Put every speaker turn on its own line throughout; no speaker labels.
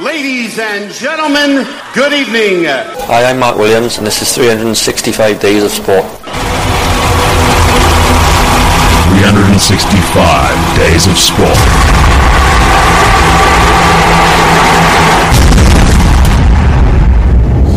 Ladies and gentlemen, good evening.
Hi, I'm Mark Williams, and this is 365 Days of Sport.
365 Days of Sport.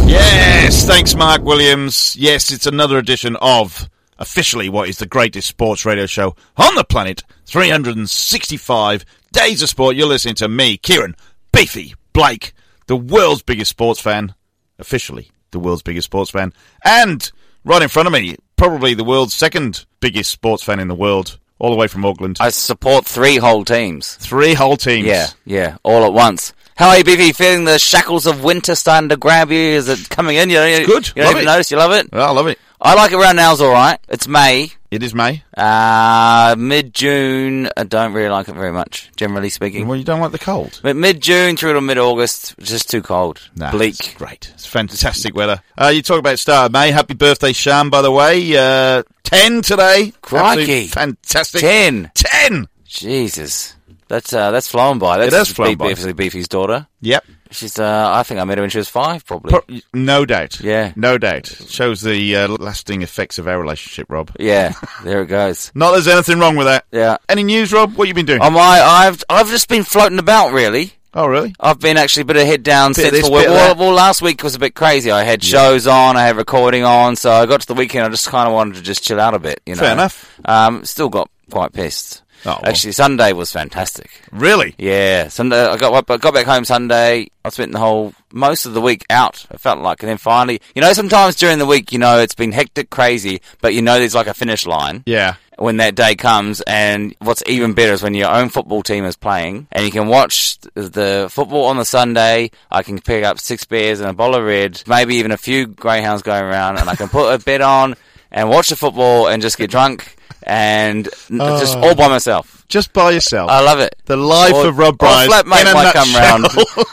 Yes, thanks, Mark Williams. Yes, it's another edition of officially what is the greatest sports radio show on the planet 365 Days of Sport. You're listening to me, Kieran Beefy Blake, the world's biggest sports fan, officially the world's biggest sports fan, and right in front of me, probably the world's second biggest sports fan in the world, all the way from Auckland.
I support three whole teams.
Three whole teams.
Yeah, yeah, all at once. How are you, BV? Feeling the shackles of winter starting to grab you? Is it coming in? You know, you,
good.
You don't
Love
even
it.
notice. You love it.
Well, I love it.
I like it around now. Is all right. It's May,
It is May.
uh, mid June. I don't really like it very much, generally speaking.
Well, you don't like the cold.
But mid June through to mid August, just too cold,
Nah, It's
bleak.
great. It's fantastic weather. Uh, you talk about Star of May. Happy birthday, Sham, by the way. Uh, 10 today.
Crikey.
Absolute Fantastic.
Ten.
10.
Jesus, that's uh, that's flown by. That's
has flown by.
Beefy's, Beefy's daughter.
Yep.
She's. Uh, I think I met her when she was five, probably.
Pro- no doubt.
Yeah.
No doubt. Shows the uh, lasting effects of our relationship, Rob.
yeah, there it goes.
Not that there's anything wrong with that.
Yeah.
Any news, Rob? What you been doing?
Um, I, I've I've just been floating about really.
oh, really?
I've been actually a bit of head
Bit
down
of
since
this,
the week.
bit of
Well,
that.
well, last week was a bit crazy. I had shows on, I had recording on, so I got to the weekend. I just kind of wanted to just chill out a bit. You know,
Fair enough.
Um, still got quite pissed.
Oh, well.
Actually, Sunday was fantastic.
Really?
Yeah, Sunday I got I got back home Sunday. I spent the whole most of the week out. It felt like, and then finally, you know, sometimes during the week, you know, it's been hectic, crazy, but you know, there's like a finish line
Yeah.
when that day comes. And what's even better is when your own football team is playing and you can watch the football on the Sunday. I can pick up six beers and a bottle of red, maybe even a few greyhounds going around, and I can put a bet on and watch the football and just get drunk and n- just all by myself.
Just by yourself.
I love it.
Oh. the life
Or-
of Rob
or
Bryan.
flatmate
in a
might come round.
nutshell.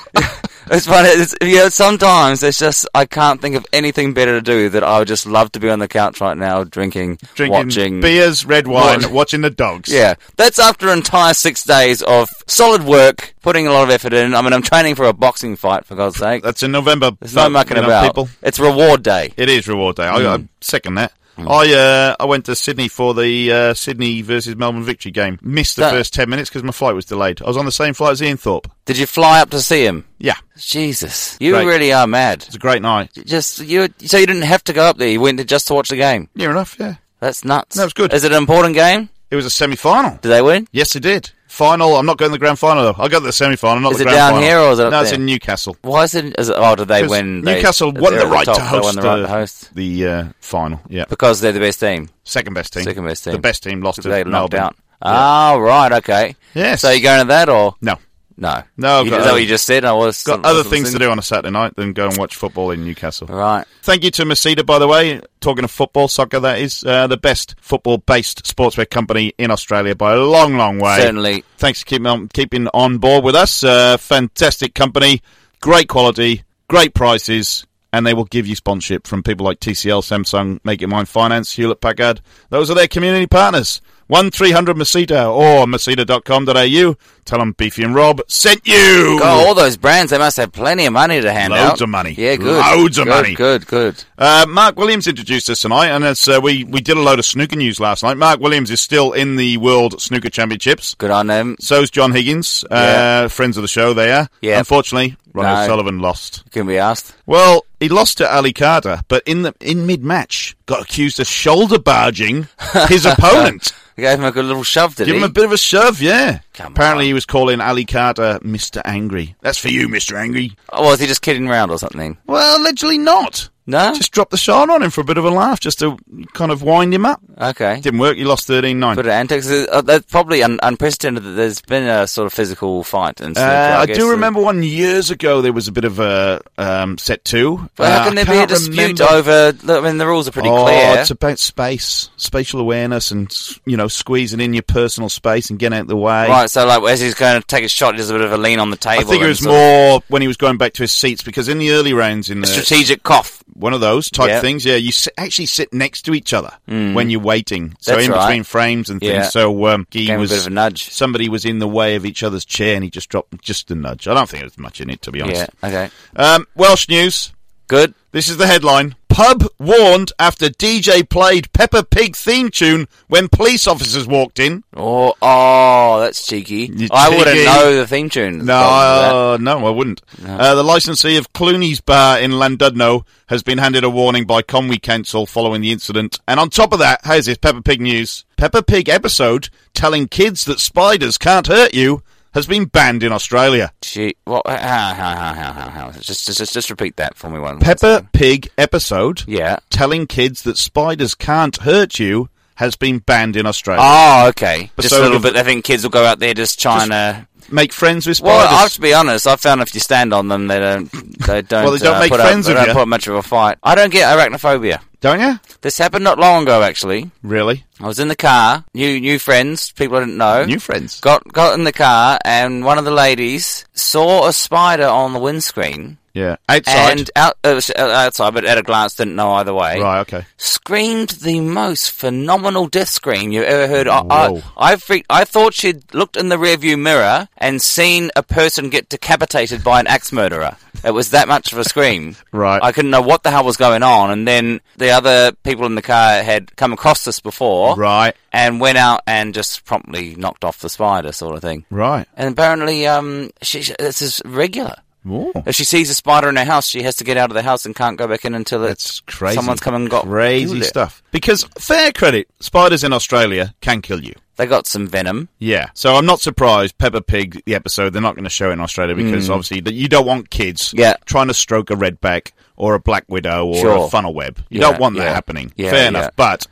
It's funny. It's, you know, sometimes it's just I can't think of anything better to do that I would just love to be on the couch right now, drinking,
Drinking
watching
beers, red wine,
Watch-
watching the dogs.
Yeah, that's after an entire six days of solid work, putting a lot of effort in. I mean, I'm training for a boxing fight, for God's sake.
That's in November.
There's no
so,
mucking
you know,
about.
People.
It's reward day.
It is reward day. I, I second that.
Mm.
I uh, I went to Sydney for the uh, Sydney versus Melbourne victory game. Missed the
That-
first ten minutes because my flight was delayed. I was on the same flight as Ian Thorpe.
Did you fly up to see him?
Yeah, it
Jesus, you
Right.
really are mad.
was a great night.
Just you, so you didn't have to go up there. You went just to watch the game.
Near enough. Yeah,
That's nuts.
No, it's good.
Is it an important game?
it was a semi final.
Do they win?
Yes, it did. Final. I'm not going to the grand final though. I'll go to the semi final. Not
Is
the
it
grand
down
final.
here or is it up
no? It's
there?
in Newcastle.
Why is it? Is it oh, do they
'Cause
win? They-
Newcastle
they're
won the
at
right
top,
to host
They won the right
the,
to host
the, uh, final. Yeah,
because they're the best team.
second best team.
Second best
The
team.
best team lost to
They knocked
Melbourne.
out. Ah, right. Okay.
Yes.
So you going to that or?
No,
No,
No, I've
You,
got
is
other-
that what you just said? I was
got other things to do on a Saturday night than go and watch football in Newcastle.
Right.
Thank you to Masita, by the way. Talking of football, soccer, that is uh, the best football-based sportswear company in Australia by a long, long way.
Certainly.
Thanks for keeping on, keeping on board with us. Uh, fantastic company, great quality, great prices, and they will give you sponsorship from people like TCL, Samsung, Make It Mine Finance, Hewlett Packard. Those are their community partners. 1300 Masita or masita.com.au. Tell them Beefy and Rob sent you.
God, all those brands, they must have plenty of money to hand out.
Loads of money.
Yeah, good.
Loads of
Good,
money.
Good, good.
Uh, Mark Williams introduced us tonight, and it's, uh, we we did a load of snooker news last night. Mark Williams is still in the World Snooker Championships.
Good on them.
So's John Higgins, uh,
Yeah.
friends of the show. They are.
Yeah.
Unfortunately, Ron
No.
O'Sullivan lost.
Can be asked.
Well, he lost to Ali Carter, but in the in mid match, got accused of shoulder barging his opponent.
He gave him a good little shove, did
Give
he?
him a bit of a shove, yeah.
Come
Apparently,
on.
he was calling Ali Carter Mister Angry. That's for you, Mister Angry.
or Oh, was he just kidding around or something?
Well, allegedly not.
No?
Just dropped the shard on him for a bit of a laugh, just to kind of wind him up.
okay.
Didn't work. You lost 13 9.
But antics, uh, that's probably un- unprecedented that there's been a sort of physical fight. And
Uh, I,
I, guess.
do remember one years ago there was a bit of a um, set two.
But
Uh,
how can there
I
be a
can't
dispute
remember-
over? Look, I mean, the rules are pretty
oh,
clear.
it's about space, spatial awareness, and you know squeezing in your personal space and getting out of the way.
Right, so like as he's going to take a shot, there's a bit of a lean on the
I
table.
think it
and
was
sort of
more when he was going back to his seats because in the early rounds in the
strategic cough.
one of those type
Yeah. Hmm.
things. Yeah, you s actually sit next to each other when you're waiting, so
That's
in
right.
between frames and things.
Yeah.
So um, he
Gave him a
was
bit of a nudge.
Somebody was in the way of each other's chair, and he just dropped just a nudge. I don't think there's much in it, to be
Yeah.
honest.
Okay.
Um, Welsh news.
Good.
This is the headline. Pub warned after DJ played Peppa Pig theme tune when police officers walked in.
Oh, oh, that's cheeky.
You
I
cheeky.
wouldn't know the theme tune.
No, uh, no, I wouldn't. Uh, the licensee of Clooney's Bar in Llandudno has been handed a warning by Conwy Council following the incident. And on top of that, how's this Peppa Pig news? Peppa Pig episode telling kids that spiders can't hurt you has been banned in Australia.
She, what? How, how, how, how, how, how? Just, just, just, just repeat that for me one.
Peppa Pig episode
Yeah.
telling kids that spiders can't hurt you has been banned in Australia.
Oh, okay.
But
just
Ah, so
a little
if-
bit. I think kids will go out there just trying to.
Make friends with
Well,
spiders.
I have to be honest. I found if you stand on them, they don't. They don't.
Well, they don't
uh,
make
put
friends
up,
with
They
you.
don't put up much of a fight. I don't get arachnophobia.
Don't you?
This happened not long ago, actually.
Really?
I was in the car, new new friends, people I didn't know.
New friends.
Got got in the car, and one of the ladies saw a spider on the windscreen,
Yeah. Outside.
and out uh, s- uh, outside, but at a glance didn't know either way.
right, okay.
Screamed the most phenomenal death scream you've ever heard. I,
Whoa.
I, I freaked. I thought she'd looked in the rearview mirror and seen a person get decapitated by an axe murderer. It was that much of a scream.
Right.
I couldn't know what the hell was going on, and then the other people in the car had come across this before
Right.
and went out and just promptly knocked off the spider, sort of thing.
Right.
And apparently, um, she, she, this is regular.
Ooh.
If she sees a spider in her house, she has to get out of the house and can't go back in until
That's
it's
crazy.
Someone's come and got
crazy
killed it.
stuff. Because fair credit, spiders in Australia can kill you.
They got some venom.
Yeah. So I'm not surprised Peppa Pig the episode they're not going to show it in Australia because obviously that you don't want kids
Mm. Yeah.
trying to stroke a redback or a black widow or a
Sure.
funnel web. You
Yeah,
don't want that
yeah.
happening.
Yeah,
fair enough.
yeah.
But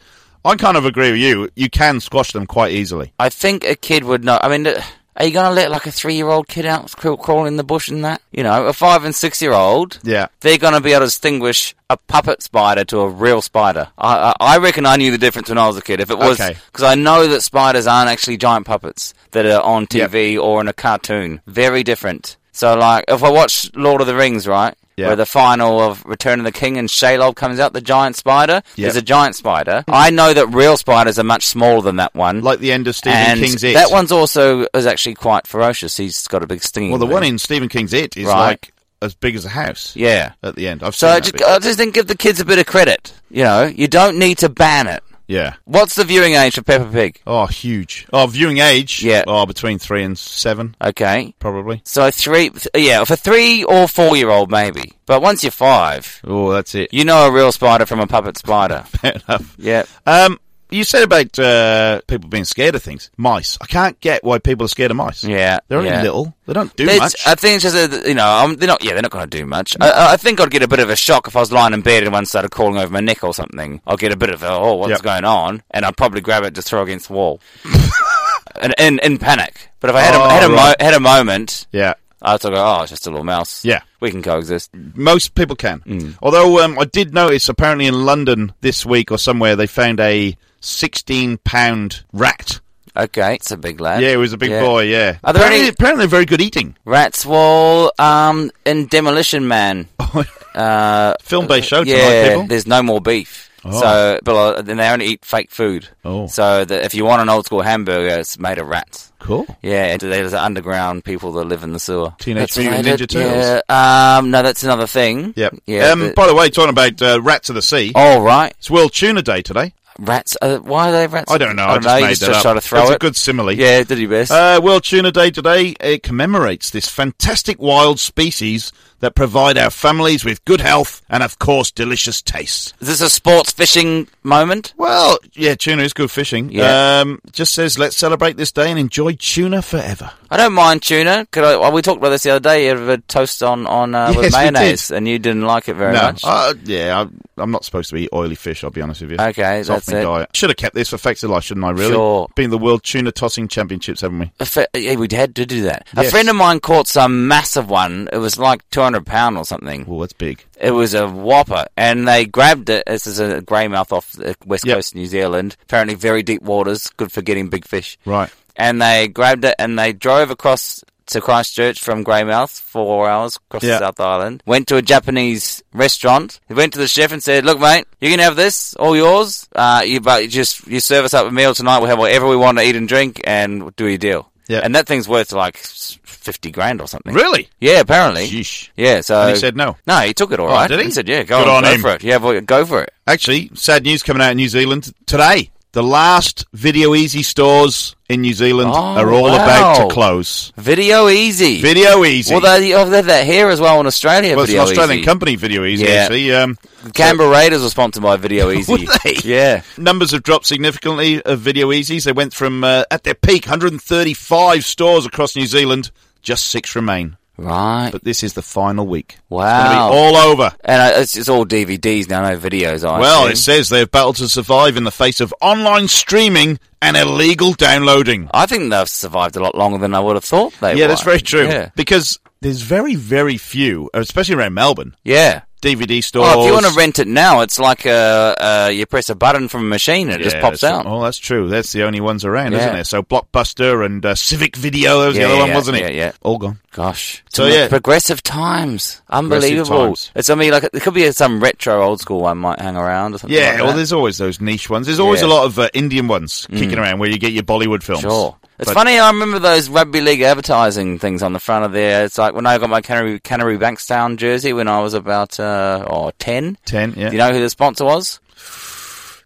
I kind of agree with you. You can squash them quite easily.
I think a kid would know. I mean, uh, are you going to let like a three-year-old kid out crawl, crawl in the bush and that? You know, a five and six-year-old.
Yeah.
They're going to be able to distinguish a puppet spider to a real spider. I, I, I reckon I knew the difference when I was a kid. If it was
Okay.
because I know that spiders aren't actually giant puppets that are on TV or in a cartoon. Very different. So, like, if I watch Lord of the Rings, right,
Yeah.
where the final of Return of the King and Shelob comes out, the giant spider
Yeah.
is a giant spider. I know that real spiders are much smaller than that one
Like the end of Stephen
and
King's It.
that one's also is actually quite ferocious. He's got a big stinging.
Well, the one
thing.
in Stephen King's It is
Right.
like as big as a house.
yeah.
At the end, I've
So
seen
I
that
just,
bit.
I just think give the kids a bit of credit. You know, you don't need to ban it.
yeah.
What's the viewing age for Peppa Pig?
Oh, huge. Oh, viewing age.
Yeah.
Oh, between three and seven,
Okay,
probably.
so three, th- yeah, for three or four year old maybe. But once you're five,
Oh, that's it.
you know a real spider from a puppet spider.
Fair enough.
yeah.
Um, you said about uh, people being scared of things. Mice. I can't get why people are scared of mice.
Yeah,
They're only
yeah.
little. They don't do
It's-
much.
I think it's just a, you know um they're not yeah they're not going to do much. I- I, I think I'd get a bit of a shock if I was lying in bed and one started crawling over my neck or something. I'd get a bit of a, oh what's
Yep.
going on, and I'd probably grab it and just throw it against the wall, and in in panic. But if I had
Oh,
a, had, a
right.
mo- had a moment,
yeah.
I'd sort of go oh it's just a little mouse.
Yeah.
we can coexist.
Most people can.
Mm.
Although um, I did notice apparently in London this week or somewhere they found a 16 pound rat.
Okay, it's a big lad.
Yeah, it was a big boy, yeah.
Are there
apparently,
any-
apparently they're very good eating.
Rats Wall um in Demolition Man. uh,
Film based show tonight,
yeah,
people.
there's no more beef. So, but uh, then they only eat fake food.
Oh.
So that if you want an old school hamburger, it's made of rats.
Cool.
Yeah, and there's underground people that live in the sewer.
Teenage
That's
Mutant
what I
Ninja
did.
Turtles.
Yeah, um, no, that's another thing.
Yep.
Yeah.
um,
the-
by the way, talking about uh, rats of the sea,
all right,
it's World Tuna Day today.
rats. Uh, why are they rats?
I don't know. I, just
you
made
just
that
just
up.
try to throw
That's
it.
a good simile.
Yeah, did your best.
Uh, World Tuna Day today it commemorates this fantastic wild species that provide our families with good health and, of course, delicious tastes.
Is this a sports fishing moment?
Well, yeah, tuna is good fishing.
Yeah.
Um, just says let's celebrate this day and enjoy tuna forever.
I don't mind tuna. Could I, well, we talked about this the other day. You had a toast on on uh,
Yes,
with
we did.
mayonnaise, and you didn't like it very
no,
much.
uh, yeah, I, I'm not supposed to eat oily fish. I'll be honest with you.
Okay,
it's off
that's
my
it.
diet. Should have kept this for facts of life, shouldn't I? Really?
Sure.
Been the World Tuna Tossing Championships, haven't we?
A fe- yeah, we had to do that.
Yes.
A friend of mine caught some massive one. It was like 200 pound or something.
Well, that's big.
It was a whopper, and they grabbed it. This is a greymouth off the west
Yep.
coast of New Zealand. Apparently, very deep waters, good for getting big fish.
Right.
And they grabbed it and they drove across to Christchurch from Greymouth, four hours across
Yeah.
the South Island. Went to a Japanese restaurant. Went to the chef and said, "Look, mate, you can have this, all yours. Uh, you but you just you serve us up a meal tonight. We'll have whatever we want to eat and drink, and we'll do your deal."
Yeah.
and that thing's worth like s- fifty grand or something.
Really?
Yeah, apparently.
Sheesh.
Yeah, so
And he said no. Oh,
No, he took it all right.
did he?
said, "Yeah, go,
Good
on,
on
go
him.
for it. Yeah, boy, go for it."
Actually, sad news coming out in New Zealand today. The last Video Easy stores in New Zealand
Oh,
are all about
wow.
to close.
Video easy.
Video Easy.
Well, they, oh, they have that here as well in Australia.
Well, it's an
Video
Australian
Easy.
company, Video Easy.
Yeah.
Actually. Um,
Canberra Raiders were sponsored by Video Easy.
Were they?
Yeah.
numbers have dropped significantly of Video Easies. They went from uh, at their peak 135 stores across New Zealand. Just six remain.
Right.
But this is the final week. It's
wow.
gonna be all over.
and I, it's, it's all DVDs now, no videos. I
Well, it
assume.
says they've battled to survive in the face of online streaming and illegal downloading.
I think they've survived a lot longer than I would have thought they would.
yeah, that's very true.
Yeah.
Because there's very, very few, especially around Melbourne,
Yeah.
DVD stores.
Oh, if you want to rent it now, it's like uh, uh, you press a button from a machine and it just
Yeah,
pops
that's-
out.
Oh, that's true. That's the only ones around, isn't
Yeah.
it? So Blockbuster and uh, Civic Video, that was
Yeah,
the other
yeah,
one, wasn't it?
yeah, yeah.
All gone.
Gosh.
So,
Some of the
yeah.
Progressive times. Unbelievable.
times.
It's, I mean, like, it could be some retro old school one might hang around or something
Yeah,
like
well,
that.
there's always those niche ones. There's always
Yeah. Mm.
a lot of uh, Indian ones kicking around where you get your Bollywood films.
Sure. It's
But-
funny, I remember those rugby league advertising things on the front of there. It's like when I got my Canary, Canary Bankstown jersey when I was about, uh, oh, 10.
10, yeah.
Do you know who the sponsor was?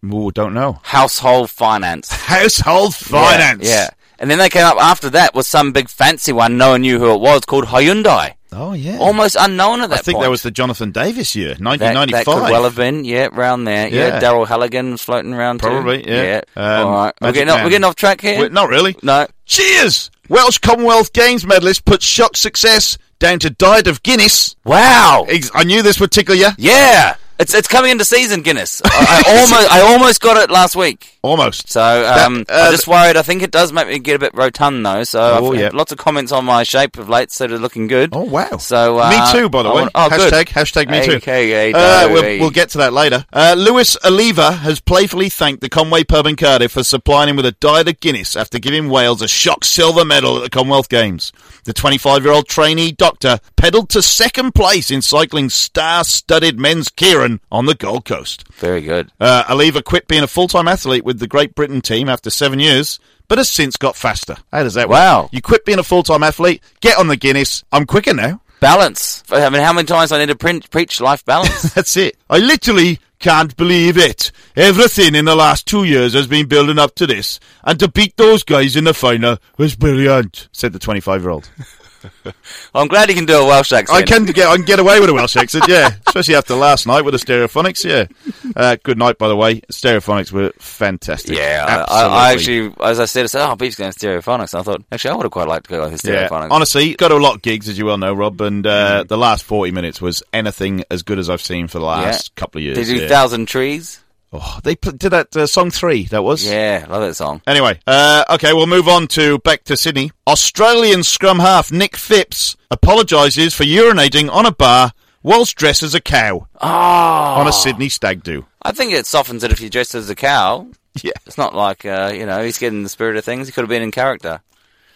Ooh, don't know.
Household Finance.
Household finance.
Yeah. yeah. And then they came up after that with some big fancy one, no one knew who it was, called Hyundai.
Oh, yeah.
Almost unknown at
I
that
think
point.
that was the Jonathan Davis year,
that,
1995.
that could well have been, yeah, round there. Yeah,
Yeah.
Daryl Halligan was floating around too.
Probably, yeah. Um,
All right. We're
Magic
getting, off,
Man.
we're getting off track here?
Wait, not really.
No.
Cheers! Welsh Commonwealth Games medalist puts shock success down to diet of Guinness.
Wow.
Ex- I knew this would tickle you.
Yeah, it's it's coming into season, Guinness. I, I almost I almost got it last week.
Almost.
So um,
That- uh,
I'm just worried. I think it does make me get a bit rotund though. So
Oh,
I've
yeah.
had lots of comments on my shape of late, so they're looking good.
Oh wow!
So uh,
me too, by the
I
way.
want- oh,
hashtag
good.
hashtag me too.
AKA,
Uh, we'll,
Dowie.
we'll get to that later. Uh, Lewis Oliva has playfully thanked the Conway Pub in Cardiff for supplying him with a diet of Guinness after giving Wales a shock silver medal at the Commonwealth Games. The 25-year-old trainee doctor pedalled to second place in cycling's star-studded men's Kieran on the Gold Coast.
very good.
Uh, Oliva quit being a full-time athlete with the Great Britain team after seven years, but has since got faster. How does that work?
Wow.
You quit being a full-time athlete, get on the Guinness. I'm quicker now.
Balance. I mean, how many times I need to print, preach life balance?
That's it. I literally can't believe it. Everything in the last two years has been building up to this, and to beat those guys in the final was brilliant," said the 25-year-old.
I'm glad you can do a Welsh accent.
I can get I can get away with a Welsh accent, yeah, especially after last night with the Stereophonics. Yeah. Uh, good night, by the way. Stereophonics were fantastic.
Yeah, I, I, I actually, as I said, I said, "Oh, Beef's going to stereophonics." I thought, actually, I would have quite liked to go like his
Yeah,
stereophonics.
honestly, got to a lot of gigs as you well know, Rob, and uh, the last forty minutes was anything as good as I've seen for the
Yeah.
last couple of years.
Did you do
yeah.
Thousand Trees?
Oh, they pl- did that uh, song three. That was
Yeah, love that song.
Anyway, uh, okay, we'll move on to back to Sydney. Australian scrum half Nick Phipps apologises for urinating on a bar whilst dressed as a cow on
Ah.
a Sydney stag do.
I think it softens it if you're dressed as a cow.
Yeah,
It's not like, uh, you know, he's getting the spirit of things. He could have been in character.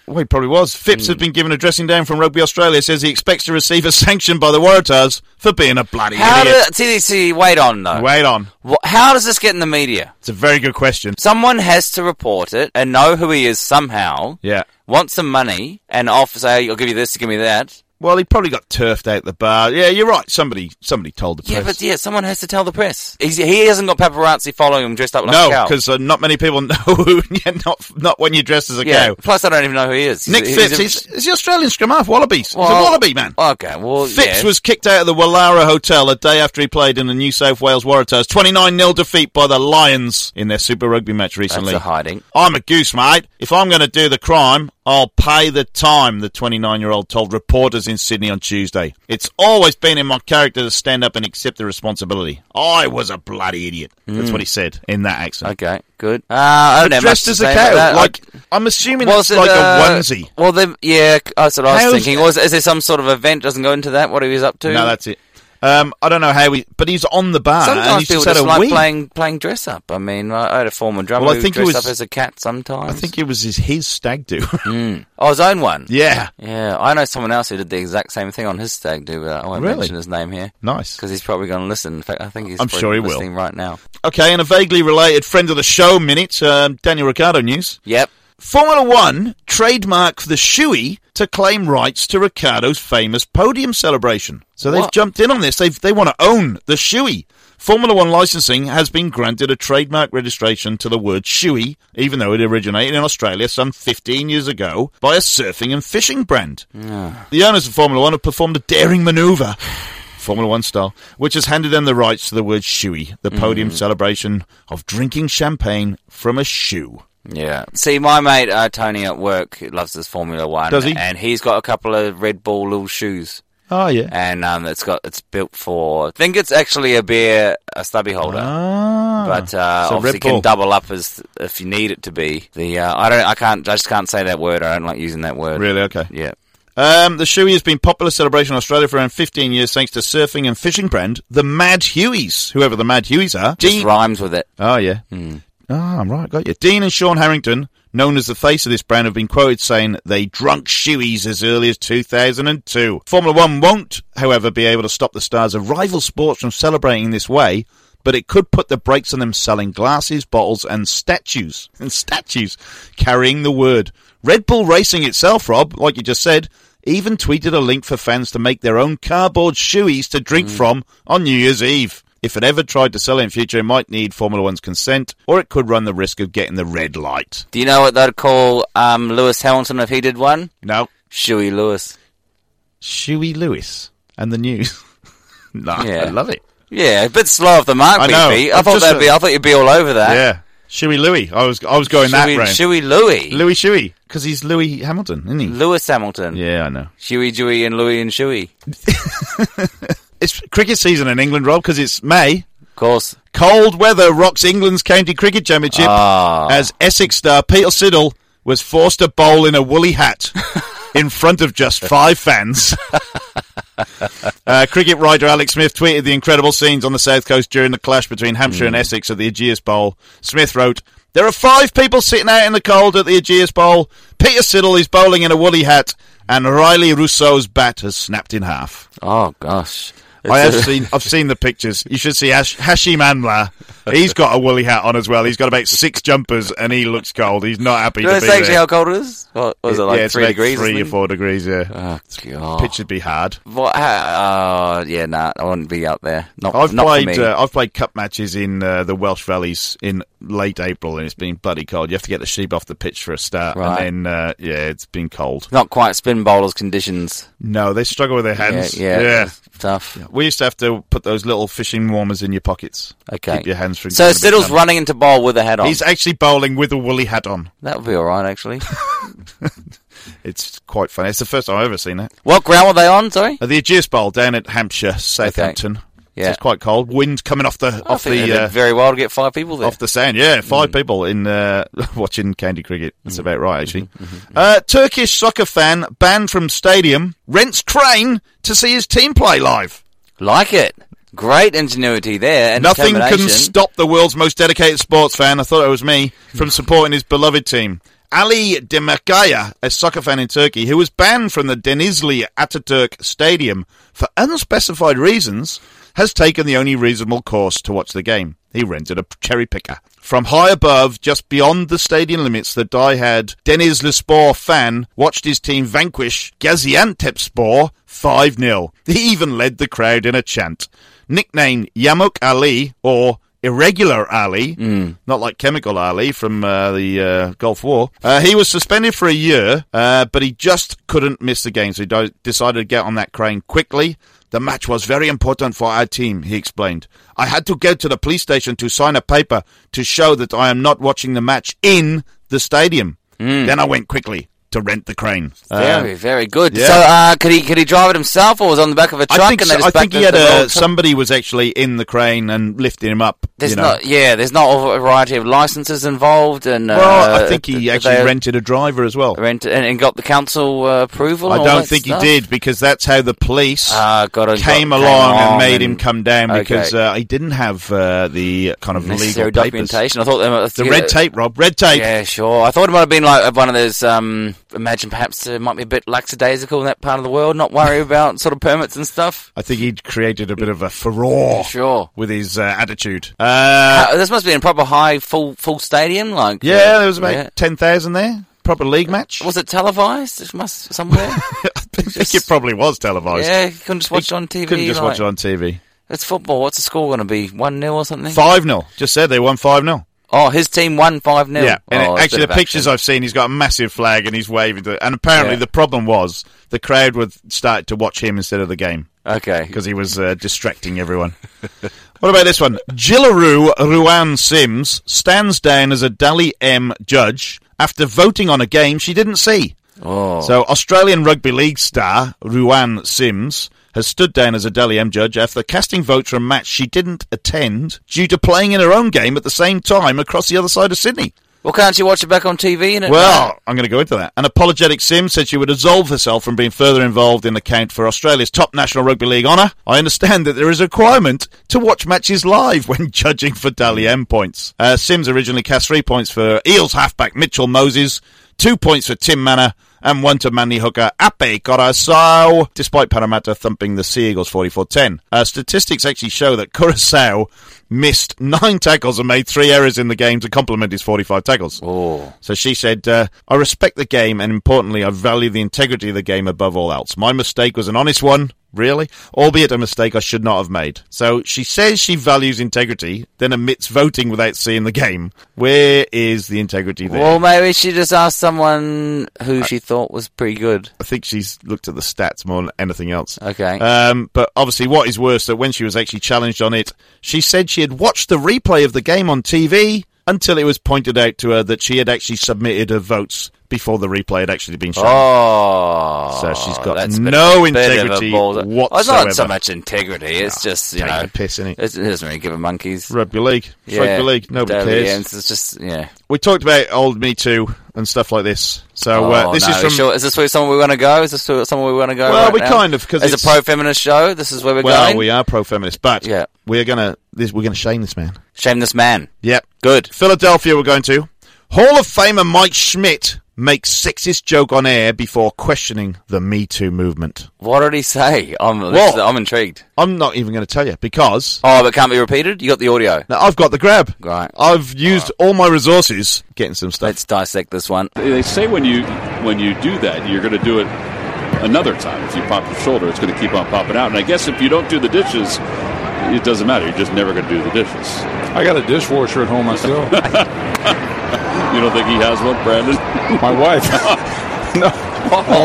well, he probably was. Phipps
Hmm.
has been given a dressing down from Rugby Australia. Says he expects to receive a sanction by the Waratahs for being a bloody
How
idiot.
did see, see, wait on though.
Wait on.
Wh- How does this get in the media?
It's a very good question.
Someone has to report it and know who he is somehow.
Yeah.
Want some money and offer say, "I'll give you this, give me that."
Well, he probably got turfed out the bar. Yeah, you're right. Somebody, somebody told the
Yeah,
press.
but yeah, someone has to tell the press. He's, he hasn't got paparazzi following him dressed up like a
no,
cow.
because uh, not many people know. Who, yeah, not not when you're dressed as a
yeah.
cow.
Plus, I don't even know who he is.
Nick
He's- he's
Phipps
a-
is, is the Australian scrum half Wallabies. he's a
well,
Wallaby man.
Okay, well,
Phipps
yeah.
was kicked out of the Wallara Hotel a day after he played in the New South Wales Waratahs 29 0 defeat by the Lions in their Super Rugby match
That's
recently.
a hiding.
I'm a goose, mate. If I'm going to do the crime, I'll pay the time, the 29 year old told reporters in Sydney on Tuesday. It's always been in my character to stand up and accept the responsibility. I was a bloody idiot. That's what he said in that accent.
Hmm. Okay, good. Uh, I don't know.
Dressed
much
as a
to say about
cow.
that. I-
Like, I'm assuming
Well,
it's
is it,
like
uh,
a onesie.
Well, then, yeah, c- that's what I was
How's
thinking. Was is there some sort of event doesn't go into that? What he was up to?
No, that's it. Um, I don't know how he, but he's on the bar. and
Sometimes
he's
people
just
just
had a
like
wee.
playing playing dress up. I mean, I I had a former drummer
Well, I
who
think it
dressed
was-
up as a cat sometimes.
I think it was his, his stag do.
oh, his own one.
yeah,
Yeah, I know someone else who did the exact same thing on his stag do, but I won't
Really?
mention his name here
nice.
because he's probably going to listen. In fact, I think he's.
I'm
probably
sure he will.
listening right now.
Okay, and a vaguely related friend of the show minute, um, Daniel Ricciardo news.
Yep.
Formula One trademarked the shoey to claim rights to Ricardo's famous podium celebration. So they've
What?
jumped in on this. They've, they want to own the shoey. Formula One licensing has been granted a trademark registration to the word shoey, even though it originated in Australia some 15 years ago by a surfing and fishing brand. The owners of Formula One have performed a daring maneuver. Formula One style, which has handed them the rights to the word shoey, the podium celebration of drinking champagne from a shoe.
Yeah. See, my mate uh, Tony at work loves this Formula One.
Does he?
And he's got a couple of Red Bull little shoes.
Oh, yeah.
and um, it's got it's built for. I think it's actually a beer a stubby holder, but uh,
Ah. So
obviously
Red Bull.
can double up as if you need it to be. The uh, I don't I can't I just can't say that word. I don't like using that word.
Really? Okay.
Yeah.
Um, the shoey has been popular celebration in Australia for around 15 years thanks to surfing and fishing brand the Mad Hueys, whoever the Mad Hueys are.
Just rhymes with it.
Oh, yeah. Ah, I'm right. Got you. Dean and Sean Harrington, known as the face of this brand, have been quoted saying they drunk shoeys as early as 2002. Formula One won't, however, be able to stop the stars of rival sports from celebrating this way, but it could put the brakes on them selling glasses, bottles, and statues and statues carrying the word. Red Bull Racing itself, Rob, like you just said. Even tweeted a link for fans to make their own cardboard shoeys to drink from on New Year's Eve. If it ever tried to sell in future, it might need Formula One's consent, or it could run the risk of getting the red light.
Do you know what they'd call um, Lewis Hamilton if he did one?
No.
Shuey Lewis.
Shuey Lewis and the news. no, I
Yeah.
love it.
Yeah, a bit slow off the mark,
I
BP.
know.
I
I've
thought
just-
that'd be. I thought you'd be all over that.
yeah. Shuey Louis. I was I was going that
Uh, Shuey,
round.
Shuey Louis.
Louis Shuey. Because he's Louis Hamilton, isn't he?
Lewis Hamilton.
yeah, I know.
Shuey, Dewey, and Louis and Shuey.
It's cricket season in England, Rob, because it's May.
Of course.
Cold weather rocks England's county cricket championship as Essex star Peter Siddle was forced to bowl in a woolly hat in front of just five fans. uh, cricket writer Alex Smith tweeted the incredible scenes on the south coast during the clash between Hampshire and Essex at the Aegeus Bowl. Smith wrote, "There are five people sitting out in the cold at the Aegeus Bowl. Peter Siddle is bowling in a woolly hat, and Riley Rousseau's bat has snapped in half."
Oh gosh.
I have
It's a-
seen. I've seen the pictures. You should see Hash, Hashim Amla. He's got a woolly hat on as well. He's got about six jumpers, and he looks cold. He's not happy
Do you
to
want
be
to say actually
there.
how cold it is? What, was it like
yeah, it's
three
about
degrees?
three or
isn't it?
four degrees. Yeah,
Oh, God.
pitch would be hard.
What, how, oh, yeah, nah, I wouldn't be up there. Not,
I've
not
played.
for me.
Uh, I've played cup matches in uh, the Welsh Valleys in late April, and it's been bloody cold. You have to get the sheep off the pitch for a start,
Right.
and then uh, yeah, it's been cold.
not quite spin bowlers conditions.
No, they struggle with their hands.
yeah, yeah, it's tough.
We used to have to put those little fishing warmers in your pockets.
Okay.
Keep your hands from
so
getting a bit
Siddle's
numb.
running into bowl with a hat on.
He's actually bowling with a woolly hat on.
That would be all right, actually.
It's quite funny. It's the first time I've ever seen it.
what ground were they on? Sorry,
Uh, The Aegeus Bowl down at Hampshire, Southampton.
Yeah.
So it's quite cold. Wind coming off the
I
off
think they
the
did
uh,
very Mm. well to get five people there.
off the sand. Yeah, five people in uh, watching county cricket. That's
Mm-hmm.
about right, actually. Uh, Turkish soccer fan banned from stadium rents crane to see his team play live.
like it. Great ingenuity there. And
Nothing can
determination.
stop the world's most dedicated sports fan, I thought it was me, from supporting his beloved team. Ali Demirkaya, a soccer fan in Turkey, who was banned from the Denizli Atatürk Stadium for unspecified reasons, has taken the only reasonable course to watch the game. He rented a cherry picker. From high above, just beyond the stadium limits, the diehard Denizlispor fan watched his team vanquish Gaziantepspor 5-0. He even led the crowd in a chant. Nicknamed Yamuk Ali or Irregular Ali,
Mm.
not like Chemical Ali from uh, the uh, Gulf War. Uh, he was suspended for a year, uh, but he just couldn't miss the game, so he di- decided to get on that crane quickly. The match was very important for our team, he explained. I had to go to the police station to sign a paper to show that I am not watching the match in the stadium. Then I went quickly to rent the crane.
Mm. Very,
Um,
very good.
yeah.
So, uh, could he could he drive it himself, or was it on the back of a truck?
I think,
and
so-
they just
I think he
backed the-
had
the
a,
little truck?
somebody was actually in the crane and lifting him up.
There's
you know.
not, yeah, there's not a variety of licenses involved, and uh,
well, I think he
th-
actually
they
rented a driver as well.
rented and, and got the council uh, approval.
I
and all
don't
that
think
stuff?
he did because that's how the police
Ah, got it, got-
came along and made him
and
come down
Okay.
because uh, he didn't have uh, the kind of legal
necessary
papers. The
documentation. I thought they might have to get
red
a-
tape, Rob. Red tape.
Yeah, sure. I thought it might have been like one of those. Um, imagine perhaps it might be a bit lackadaisical in that part of the world, not worry about sort of permits and stuff.
I think he'd created a bit of a furore
Sure.
with his uh, attitude. Uh,
Uh, this must be in a proper high, full, full stadium. Like, uh,
yeah, there was about
yeah.
10,000 there. Proper league match.
Was it televised? It must somewhere.
I think it probably was televised.
yeah, you couldn't just watch it on TV.
Couldn't just
like,
watch it on TV.
It's football. What's the score going to be? One 0 or something?
5 0. Just said they won 5 0.
Oh, his team won five Oh, 0
Yeah, and it- actually, the pictures I've seen, he's got a massive flag and he's waving. To, and apparently,
Yeah.
the problem was the crowd would start to watch him instead of the game
Okay.
because he was uh, distracting everyone. what about this one? Jillaroo Ruan Sims stands down as a Dally M judge after voting on a game she didn't see.
Oh.
So, Australian rugby league star Ruan Sims has stood down as a Dally M judge after casting votes for a match she didn't attend due to playing in her own game at the same time across the other side of Sydney.
well, can't you watch it back on TV? And it-
Well, I'm going to go into that. An apologetic Sim said she would absolve herself from being further involved in the count for Australia's top National Rugby League honour. I understand that there is a requirement to watch matches live when judging for Dally M points. Uh, Sims originally cast three points for Eels halfback Mitchell Moses, two points for Tim Manor, and one to Manly hooker Ape Corasau, despite Parramatta thumping the Sea Eagles 44-10. Uh, statistics actually show that Curacao missed nine tackles and made three errors in the game to complement his 45 tackles. So she said, uh, I respect the game and importantly, I value the integrity of the game above all else. My mistake was an honest one, really, albeit a mistake I should not have made. So she says she values integrity, then admits voting without seeing the game. Where is the integrity there?
Well, maybe she just asked someone who she thought was pretty good.
I think she's looked at the stats more than anything else.
Okay.
Um, but obviously, what is worse that when she was actually challenged on it, she said she had watched the replay of the game on TV until it was pointed out to her that she had actually submitted her votes before the replay had actually been shown.
Oh,
So she's got
that's a bit-
no
bit of a
integrity
balls- Well, It's
whatsoever.
not so much integrity. It's just you
take
know,
the piss, innit?
it's- It doesn't really give a monkeys.
Rugby league, It's rugby league. Nobody
totally,
cares.
and It's it's just yeah.
We talked about old Me Too and stuff like this. So uh,
Oh,
this
no,
is from
sure. Is this where someone we want to go? Is this where someone we want to go?
Well,
right
we
now?
kind of, 'cause
as a
it's-
pro-feminist show, this is where we're
well,
going.
we are pro-feminist, but
Yeah.
we're gonna this, we're gonna shame this man.
Shame this man.
Yep.
Good.
Philadelphia we're going to. Hall of Famer Mike Schmidt makes sexist joke on air before questioning the Me Too movement.
What did he say? I'm, this
What?
is- I'm intrigued.
I'm not even going to tell you because
Oh, but can't be repeated. You got the audio.
now I've got the grab.
Right.
I've used all my resources getting some stuff.
Let's dissect this one.
They say when you when you do that, you're going to do it another time. If you pop your shoulder, it's going to keep on popping out. And I guess if you don't do the dishes, it doesn't matter. You're just never going to do the dishes.
I got a dishwasher at home myself.
You don't think he has one, Brandon?
My wife. no.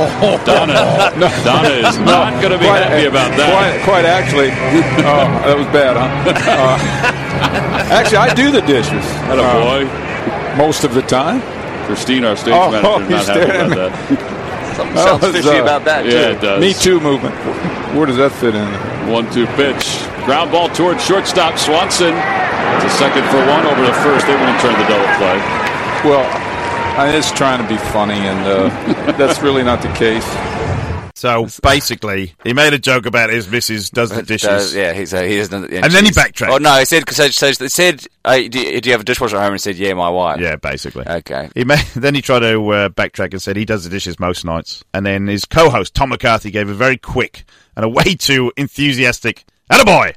Donna, Donna is not going to be
Quite-
happy about that.
Quite, quite actually. Oh, that was bad, huh? Uh, actually, I do the dishes
Had
uh,
a
most of the time.
boy. Christine, our stage
Oh,
manager, not
he's
happy
staring
about that.
Something
Oh,
sounds
it's,
fishy
uh,
about that.
Yeah,
too.
it does.
Me Too movement. Where does that fit in?
One-two pitch. Ground ball towards shortstop Swanson. It's a second for one over the first. They won't turn the double play.
Well, I just trying to be funny, and uh, that's really not the case.
So basically, he made a joke about his missus does the dishes.
Does- uh, yeah, he said he doesn't.
And then he backtracked.
Oh no, he said because so, so they said, uh, do, do you have a dishwasher at home?" And he said, "Yeah, my wife."
Yeah, basically.
Okay.
He ma- then he tried to uh, backtrack and said he does the dishes most nights. And then his co-host Tom McCarthy gave a very quick and a way too enthusiastic "attaboy"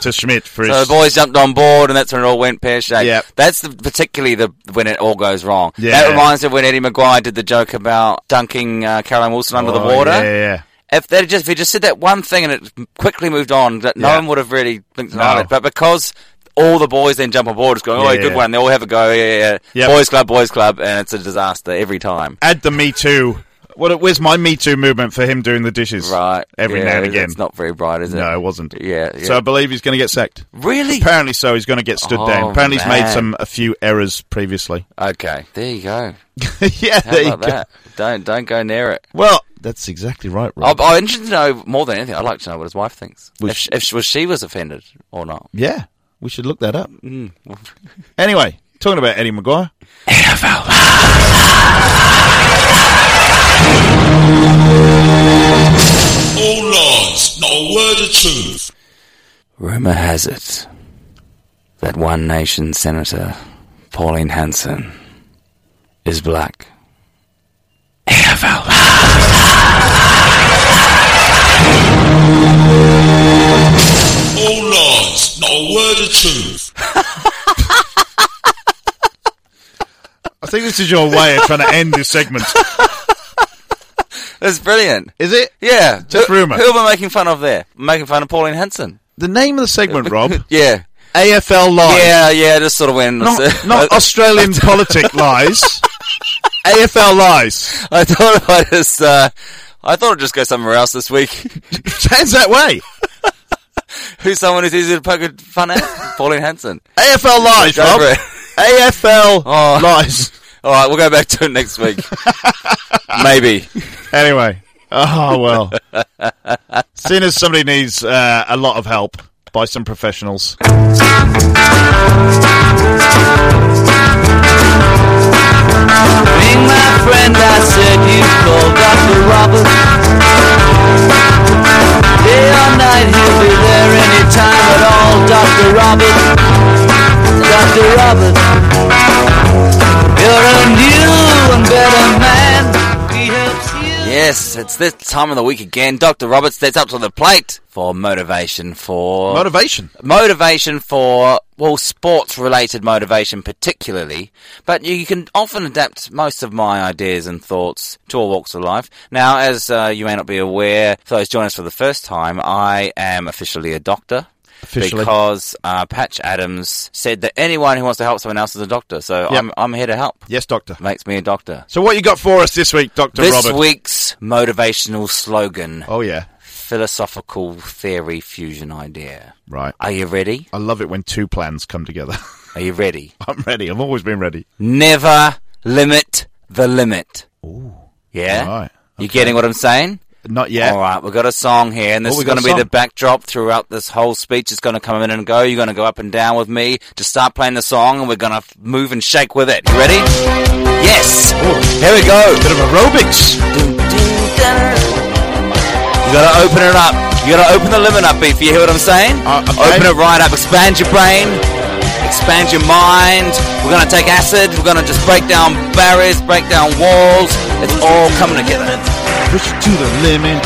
to Schmidt for
So
his.
the boys jumped on board, and that's when it all went pear shaped.
Yep.
That's the, particularly the when it all goes wrong.
Yeah.
That reminds me of when Eddie McGuire did the joke about dunking uh, Caroline Wilson under the
Oh,
water.
Yeah, yeah.
If they just if he just said that one thing and it quickly moved on, that no
Yeah.
one would have really blinked an
No.
eyelid. But because all the boys then jump on board, it's going, "Oh,
Yeah,
good
yeah.
one!" They all have a go. Yeah, yeah, yeah.
Yep.
Boys club, boys club, and it's a disaster every time.
Add the Me Too Well, where's my Me Too movement for him doing the dishes?
Right.
Every
Yeah,
now and again.
It's not very bright, is it?
no, it wasn't.
Yeah, yeah.
So I believe he's going to get sacked.
Really?
Apparently so. He's going to get stood
Oh,
down. Apparently he's made
man.
some a few errors previously.
Okay. There you go.
yeah,
How
there you
about
go.
that? Don't don't go near it.
Well, that's exactly right, Rob.
I'm, I'm interested to know more than anything. I'd like to know what his wife thinks.
Was
if,
she-
she, if she, was she was offended or not?
yeah, we should look that up.
Mm.
anyway, talking about Eddie Maguire.
All lies, not a Oh, word of truth.
Rumor has it that One Nation Senator Pauline Hanson is black.
All lies, not a Oh, word of truth.
I think this is your way of trying to end this segment.
That's brilliant.
Is it?
Yeah.
Just
who,
rumour.
Who am I making fun of there? I'm making fun of Pauline Hanson.
The name of the segment, Rob.
Yeah.
AFL Live.
Yeah, yeah, just sort of went.
Not, not Australian politic lies. AFL lies.
I thought I just, uh, I thought I'd just go somewhere else this week.
Sounds that way.
Who's someone who's easy to poke fun at? Pauline Hanson.
AFL lies,
Go
Rob.
for it.
AFL
Oh.
lies.
All right, we'll go back to it next week. Maybe.
Anyway. Oh, well. Seeing as somebody needs uh, a lot of help by some professionals.
Ring my friend, I said you called Dr. Robert. Day or night, he'll be there any time at all, Dr. Robert. Dr. Robert. You're a new and better man. Yes, it's this time of the week again. Dr. Robert steps up to the plate for motivation for
Motivation.
motivation for well sports related motivation particularly but you can often adapt most of my ideas and thoughts to all walks of life now as uh, you may not be aware for those joining us for the first time i am officially a doctor
Officially.
because uh, patch adams said that anyone who wants to help someone else is a doctor so I'm, I'm here to help
Yes, Doctor.
makes me a doctor
So, what you got for us this week, Doctor
this
Robert?
week's motivational slogan
oh yeah,
philosophical theory fusion idea
right.
are you ready
I love it when two plans come together.
are you ready
I'm ready. I've always been ready.
Never limit the limit. Ooh. Yeah?
Right.
You getting what I'm saying?
Not yet.
All right, we've got a song here, and this
Oh, we
is
got
going
a
to be the
song.
backdrop throughout this whole speech. It's going to come in and go. You're going to go up and down with me. Just start playing the song, and we're going to move and shake with it. You ready? Yes. Here we go.
Bit of aerobics.
You got to open it up. You got to open the limit up, Beef. You hear what I'm saying?
Uh, okay.
Open it right up. Expand your brain. Expand your mind. We're going to take acid. We're going to just break down barriers, break down walls. It's all coming together.
Push it to the limit.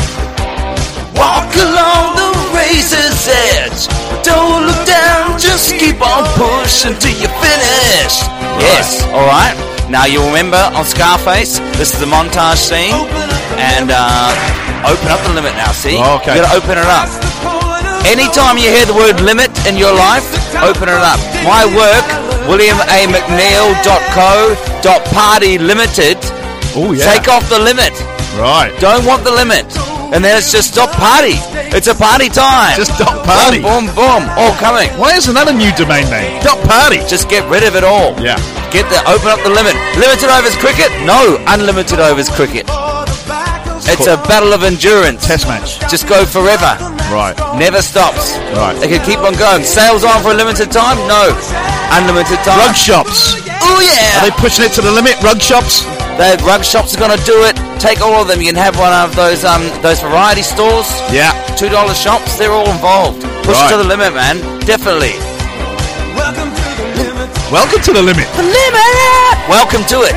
Walk along the razor's edge. Don't look down, just keep on pushing till you finish. Yes, alright. Now you remember on Scarface, this is the montage scene. And uh, open up the limit now, see?
Oh, okay.
You gotta open it up. Anytime you hear the word limit in your life, open it up. My work, williamamcneil.co.party limited.
Oh yeah.
Take off the limit.
Right.
Don't want the limit. And then it's just stop party. It's a party time.
Just dot party.
Boom, boom, boom. All coming.
Why isn't that a new domain name? Dot party.
Just get rid of it all.
Yeah.
Get the open up the limit. Limited overs cricket? No, unlimited overs cricket. It's a battle of endurance.
Test match.
Just go forever.
Right.
Never stops.
Right.
It can keep on going. Sales on for a limited time? No. Unlimited time.
Rug shops.
Oh yeah.
Are they pushing it to the limit? Rug shops.
The rug shops are going to do it. Take all of them. You can have one of those um those variety stores.
Yeah.
Two dollar shops. They're all involved. Push
Right.
it to the limit, man. Definitely.
Welcome to the limit.
The limit. Welcome to it.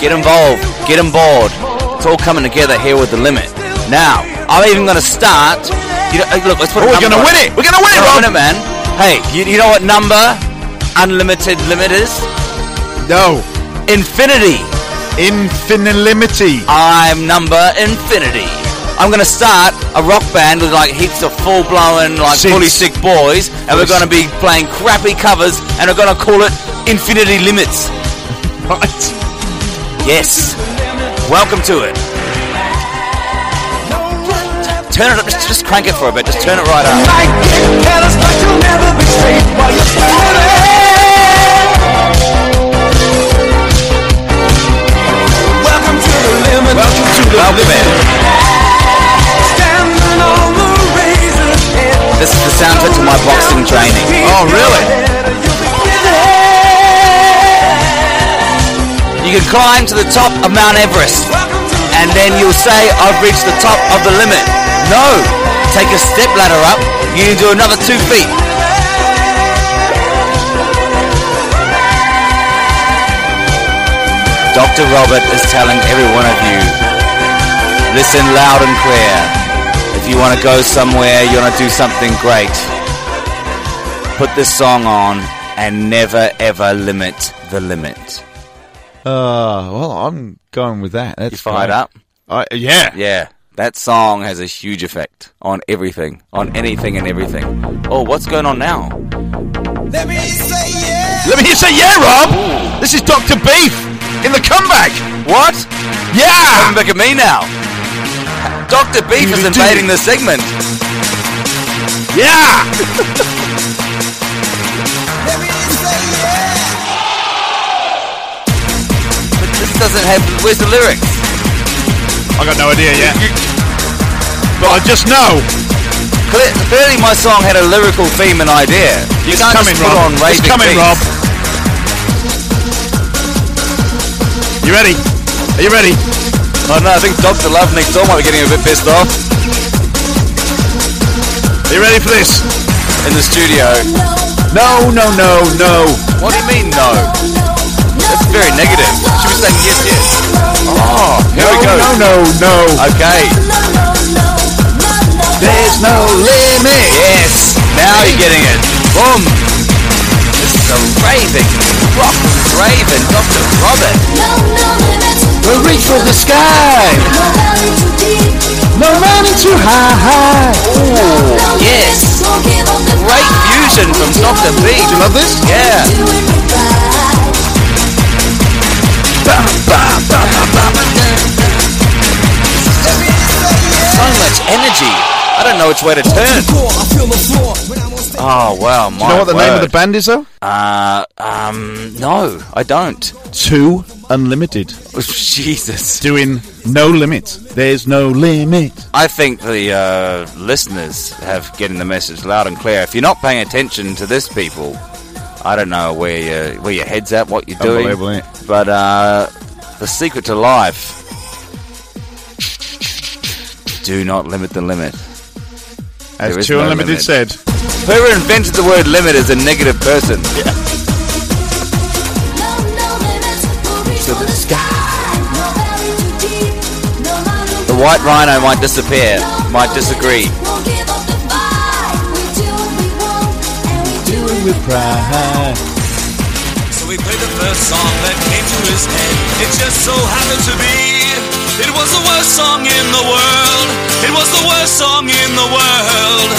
Get involved. Get on board. It's all coming together here with the limit. Now, I'm even going to start. You know, look, let's put.
Oh,
a
we're gonna
number on
win it. We're gonna win it,
We're
Rob.
gonna win it, man. Hey, you, you know what number? Unlimited limit is
No.
infinity.
Infinility.
I'm number infinity. I'm gonna start a rock band with like heaps of full blowing, like
Six.
fully sick boys, and we're
Fully
gonna be playing crappy covers, and we're gonna call it Infinity Limits.
Right.
Yes. Welcome to it. turn it up. Just, just crank it for a bit. Just turn it right up. Welcome in. This is the soundtrack to my boxing training.
Oh, really?
You can climb to the top of Mount Everest, and then you'll say, I've reached the top of the limit. No! Take a step ladder up, you need to do another two feet. Dr. Robert is telling every one of you, listen loud and clear. If you want to go somewhere, you want to do something great, put this song on and never ever limit the limit.
Uh, well, I'm going with that. That's
You fired
great.
up?
I- yeah.
Yeah, that song has a huge effect on everything, on anything and everything. Oh, what's going on now?
Let me hear you say yeah, Rob. This is Doctor Beef in the comeback.
What?
Yeah.
Coming back at me now. Dr. Beef is invading the segment.
Yeah.
But this doesn't have. Where's the lyrics?
I got no idea yet. But I just know
Cle- Clearly, my song had a lyrical theme and idea. You
it's
can't
coming,
just put
Rob.
on
It's
raving
coming,
beats.
Rob. You ready? Are you ready?
Oh no, I think Dr. Love Nick Dawn might be getting a bit pissed off
Are you ready for this?
in the studio.
No, no, no, no.
What do you mean, no? That's very negative. She was saying yes, yes. Oh, here we go.
No, no, no.
Okay. There's no limit. Yes. Now you're getting it. Boom. This is a raving, rock raven, Dr. Robert. We'll reach for the sky. No mountain too high. Yes. Great fusion from Dr. B. Do you love this? Yeah. So much energy. I don't know which way to turn. Oh wow, my
You know what the name of the
word.
band is though?
Uh, um, no, I don't.
Two Unlimited.
Jesus.
Doing no limit. There's no limit.
I think the uh, listeners have getting the message loud and clear. If you're not paying attention to this, people, I don't know where you where your head's at, what you're
Unbelievable,
doing.
isn't it?
But uh, the secret to life: do not limit the limit.
As
There is
Two
no
Unlimited
limit.
said.
Whoever invented the word limit is a negative person. The white rhino might disappear. Might disagree.
So we played the first song that came to his head. It just so happened to be. It was the worst song in the world. It was the worst song in the world.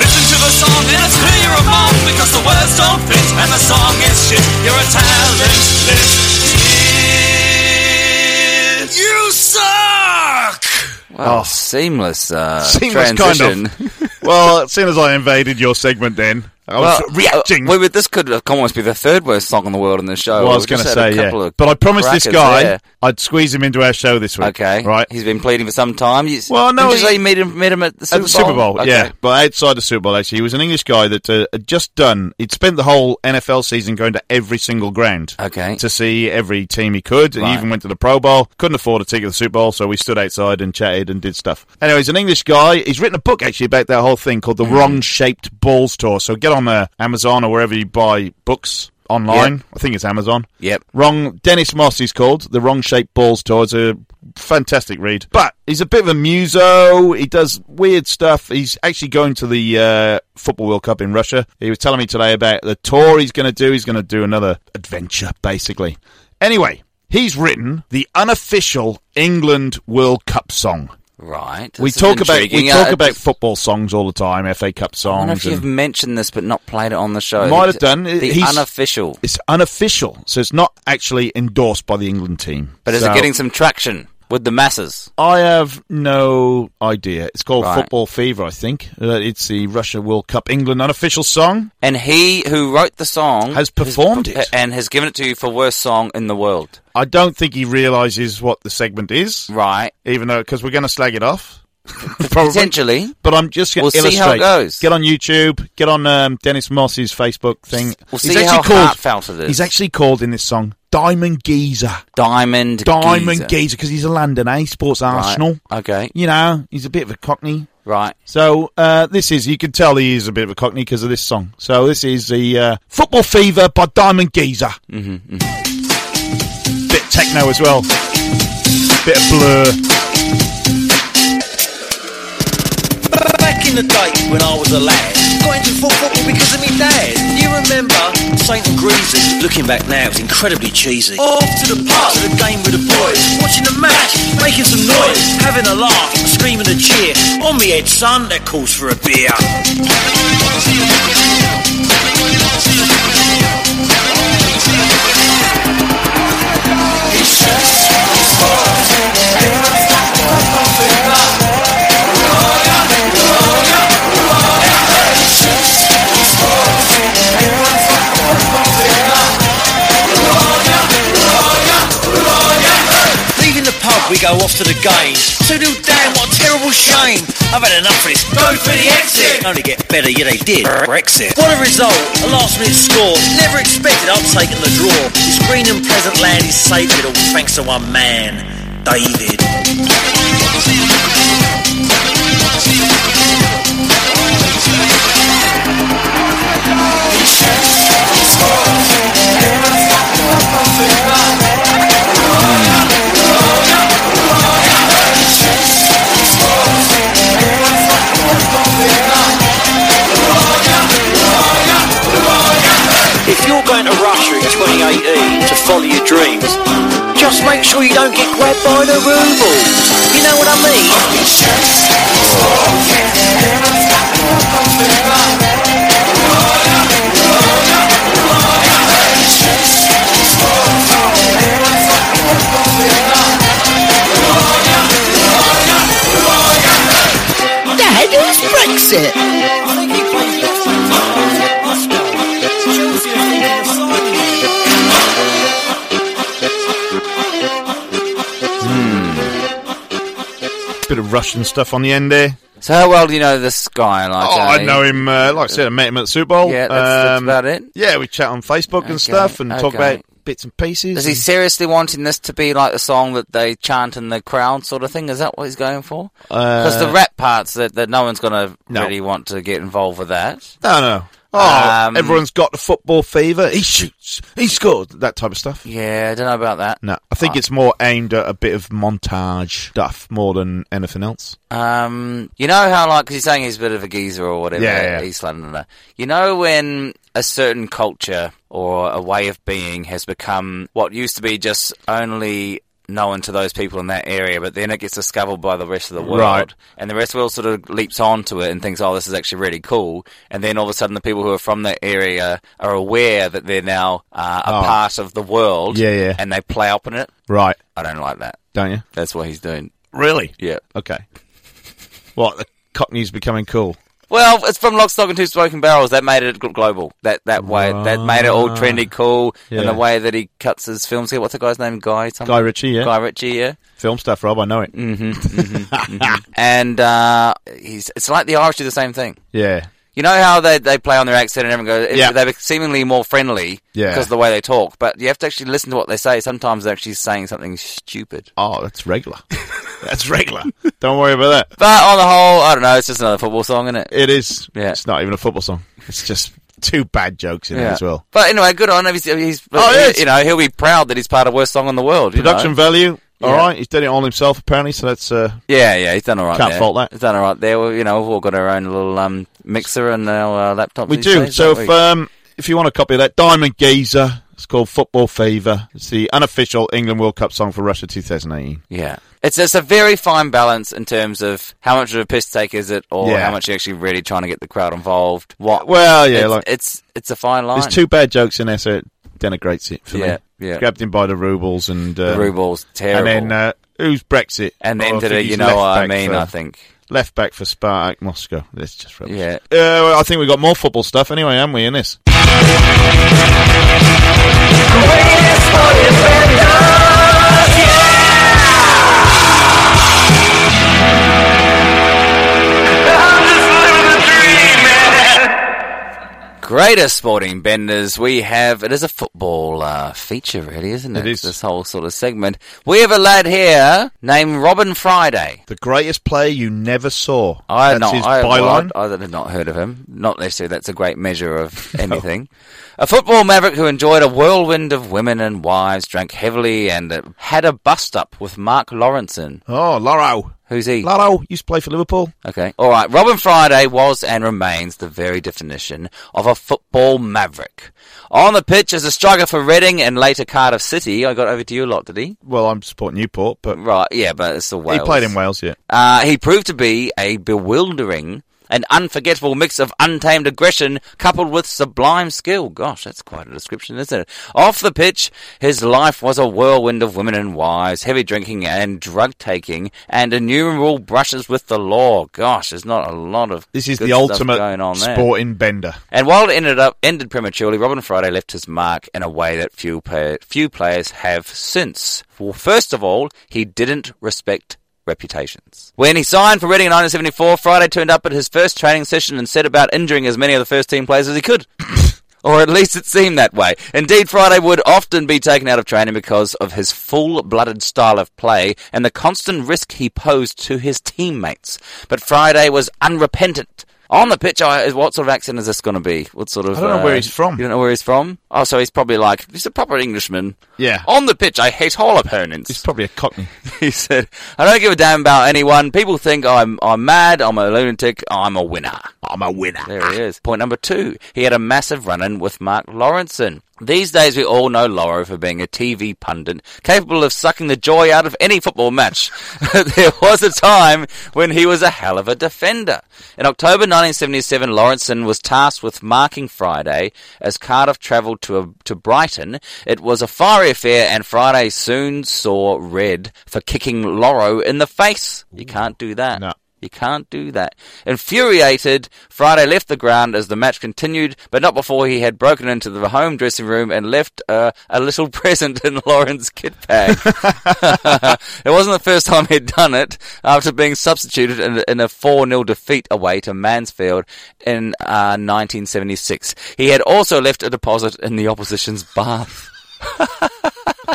Listen to the song and it's clear of all because the words don't fit and the song is shit. You're a talentless idiot. You suck.
Wow, seamless,
Oh.
uh,
Seamless,
transition.
kind of. well, seeing as I invaded your segment then, I was
Well,
reacting.
uh, well, this could almost be the third worst song in the world in the show.
Well, I was
We've
going to
just had
say,
a couple
yeah.
of
But I promised this
crackers
guy
there.
I'd squeeze him into our show this week.
Okay,
Right?
He's been pleading for some time. You,
Well, no,
didn't you
he-
say you met him, met him at the Super
At the Super Bowl,
Okay.
yeah. But outside the Super Bowl, actually, he was an English guy that uh, had just done. He'd spent the whole NFL season going to every single ground,
Okay.
to see every team he could. He
Right.
even went to the Pro Bowl. Couldn't afford a ticket to the Super Bowl, so we stood outside and chatted and did stuff. Anyway, he's an English guy. He's written a book actually about that whole thing
Mm.
called the Wrong Shaped Balls Tour. So get on uh, Amazon or wherever you buy books. Online, I think it's Amazon.
Yep.
Wrong. Dennis Moss is called the Wrong Shaped Balls Tour. It's a fantastic read, but he's a bit of a muso. He does weird stuff. He's actually going to the uh, football World Cup in Russia. He was telling me today about the tour he's going to do. He's going to do another adventure, basically. Anyway, he's written the unofficial England World Cup song.
Right. This
we
is
talk about we
intriguing.
talk
Uh,
about
I
football songs all the time, FA Cup
don't know if
songs.
you've
and-
mentioned this, but not played it on the show.
Might have done.
The
He's-
unofficial.
It's unofficial, so it's not actually endorsed by the England team.
But is
So-
it getting some traction? with the masses?
I have no idea. It's called
Right.
Football Fever, I think. Uh, it's the Russia World Cup England unofficial song.
And he who wrote the song
Has performed
has-
it.
and has given it to you for worst song in the world.
I don't think he realizes what the segment is,
Right.
even though because we're going to slag it off. Probably.
Potentially.
But I'm just going
We'll
to
see
illustrate.
how it goes.
Get on YouTube. Get on um, Dennis Moss's Facebook thing.
We'll
He's
see
actually
how
called-
heartfelt it is.
He's actually called in this song Diamond Geezer.
Diamond
Diamond
Geezer.
Geezer because he's a London A sports
Right.
arsenal.
Okay.
You know, he's a bit of a cockney.
Right.
So uh, this is you can tell he is a bit of a cockney because of this song. So this is the uh, Football Fever by Diamond Geezer. Mm-hmm,
mm-hmm.
Bit techno as well. Bit of blur.
Back in the day when I was a lad, got into fo- football because of me dad. You remember Saint and Greasy? Looking back now, it's incredibly cheesy. Off to the pub, to the game with the boys, watching the match, making some noise, having a laugh, screaming a cheer. On me head, son, that calls for a beer. Leaving the pub, we go off to the game. Two nil down, what a terrible shame. I've had enough of this. Go for the exit. Only get better, yeah they did. Brexit. What a result. A last minute score. Never expected. I'm taking the draw. This green and pleasant land is saved it all thanks to one man, David. If you're going to Russia in 2018 to follow your dreams, just make sure you don't get grabbed by the rubles. You know what I mean? Dad, who's Brexit?
Bit of Russian stuff on the end there.
So how well do you know this guy? Like,
Oh,
uh,
I know him. Uh, like I said, I met him at the Super Bowl. Um,
Yeah, that's- that's about it.
Yeah, we chat on Facebook
Okay,
and stuff and talk
okay.
about bits and pieces.
Is he
and-
seriously wanting this to be like the song that they chant in the crowd, sort of thing? Is that what he's going for? Because the rap parts that, that no one's going to
Uh, No.
really want to get involved with that.
No, no. Oh,
Um,
everyone's got the football fever. He shoots. He scored. That type of stuff.
Yeah, I don't know about that.
No, I think it's more aimed at a bit of montage stuff more than anything else.
Um, you know how like 'cause you're saying he's a bit of a geezer or whatever,
Yeah, yeah.
East Londoner. You know when a certain culture or a way of being has become what used to be just only known to those people in that area, but then it gets discovered by the rest of the world,
Right.
and the rest of the world sort of leaps onto it and thinks, "Oh, this is actually really cool," and then all of a sudden the people who are from that area are aware that they're now uh, a
Oh.
part of the world,
Yeah, yeah.
and they play up in it.
Right,
I don't like that.
don't you?
That's what he's doing.
Really?
Yeah.
Okay. What the Cockney's becoming cool?
Well, it's from Lock, Stock, and Two Smoking Barrels. That made it gl- global. That that way, that made it all trendy, cool, and
Yeah.
the way that he cuts his films. What's the guy's name? Guy. Something?
Guy Ritchie, yeah.
Guy Ritchie. Yeah.
Film stuff, Rob. I know it.
And uh, he's it's like the Irish do the same thing.
Yeah.
You know how they, they play on their accent and everyone goes.
Yeah.
They're seemingly more friendly
Yeah.
because of the way they talk, but you have to actually listen to what they say. Sometimes they're actually saying something stupid.
Oh, that's regular. that's regular. Don't worry about that.
But on the whole, I don't know. It's just another football song, isn't it?
It is.
Yeah.
It's not even a football song. It's just two bad jokes in it as well.
But anyway, good on him. He's, he's
Oh, yes.
you know he'll be proud that he's part of worst song in the world. you know?
Production value. All
Yeah.
right. He's done it all himself apparently. So that's uh,
Yeah, yeah, he's done all right.
Can't
there.
fault that.
He's done all right there. We, you know, we've all got our own little um, mixer and our uh, laptops.
we
these
do.
days,
So
don't
if
we?
um, if you want a copy of that, Diamond Geezer. It's called Football Fever. It's the unofficial England World Cup song for Russia 2018.
yeah, it's it's a very fine balance in terms of how much of a piss take is it, or
Yeah.
how much you're actually really trying to get the crowd involved. What?
Well, yeah,
it's,
like
it's it's a fine line.
there's two bad jokes in there, so it denigrates it for
Yeah,
me.
yeah.
Grabbed him by the rubles and uh,
the rubles terrible.
and then uh, who's Brexit?
And
Oh, I
then did
think
it,
he's
you know what I
left-back
mean?
for-
I think.
Left back for Spartak Moscow. That's just rubbish.
Yeah.
Uh, well, I think we've got more football stuff anyway, haven't we, in this?
Greatest sporting benders we have. It is a football uh, feature, really, isn't it?
It is.
This whole sort of segment. We have a lad here named Robin Friday.
The greatest player you never saw.
I
That's
had not.
his
I,
byline.
I, I had not heard of him. Not necessarily. That's a great measure of anything. A football maverick who enjoyed a whirlwind of women and wives, drank heavily, and uh, had a bust up with Mark Lawrenson.
oh, Laro.
Who's he?
Laro used to play for Liverpool.
Okay. All right. Robin Friday was and remains the very definition of a football maverick. On the pitch as a striker for Reading and later Cardiff City. I got over to you a lot, did he?
Well, I'm supporting Newport, but
Right. Yeah, but it's the Wales.
he played in Wales, yeah.
Uh, he proved to be a bewildering and unforgettable mix of untamed aggression coupled with sublime skill. Gosh, that's quite a description, isn't it? Off the pitch, his life was a whirlwind of women and wives, heavy drinking and drug taking, and innumerable brushes with the law. Gosh, there's not a lot of
This is
good
the
stuff
ultimate
going on there.
sporting bender.
And while it ended up ended prematurely, Robin Friday left his mark in a way that few play, few players have since. Well, first of all, he didn't respect reputations. When he signed for Reading in 1974, Friday turned up at his first training session and set about injuring as many of the first team players as he could. Or at least it seemed that way. Indeed, Friday would often be taken out of training because of his full blooded style of play and the constant risk he posed to his teammates. But Friday was unrepentant. On the pitch, I, what sort of accent is this going to be? What sort of.
I don't know
uh,
where he's from.
You don't know where he's from? Oh, so he's probably like, he's a proper Englishman.
Yeah.
On the pitch, I hate all opponents
He's probably a cockney.
he said, I don't give a damn about anyone. People think I'm I'm mad, I'm a lunatic, I'm a winner. I'm a winner.
Ah,
There he is. Point number two. He had a massive run in with Mark Lawrenson. These days we all know Lauro for being a TV pundit, capable of sucking the joy out of any football match. there was a time when he was a hell of a defender. In October 1977, Lawrenson was tasked with marking Friday as Cardiff travelled to, to Brighton. It was a fiery affair, and Friday soon saw red for kicking Loro in the face. You can't do that.
No.
You can't do that. Infuriated, Friday left the ground as the match continued, but not before he had broken into the home dressing room and left uh, a little present in Lauren's kit bag. it wasn't the first time he'd done it after being substituted in, in a 4 0 defeat away to Mansfield in uh, 1976. He had also left a deposit in the opposition's bath.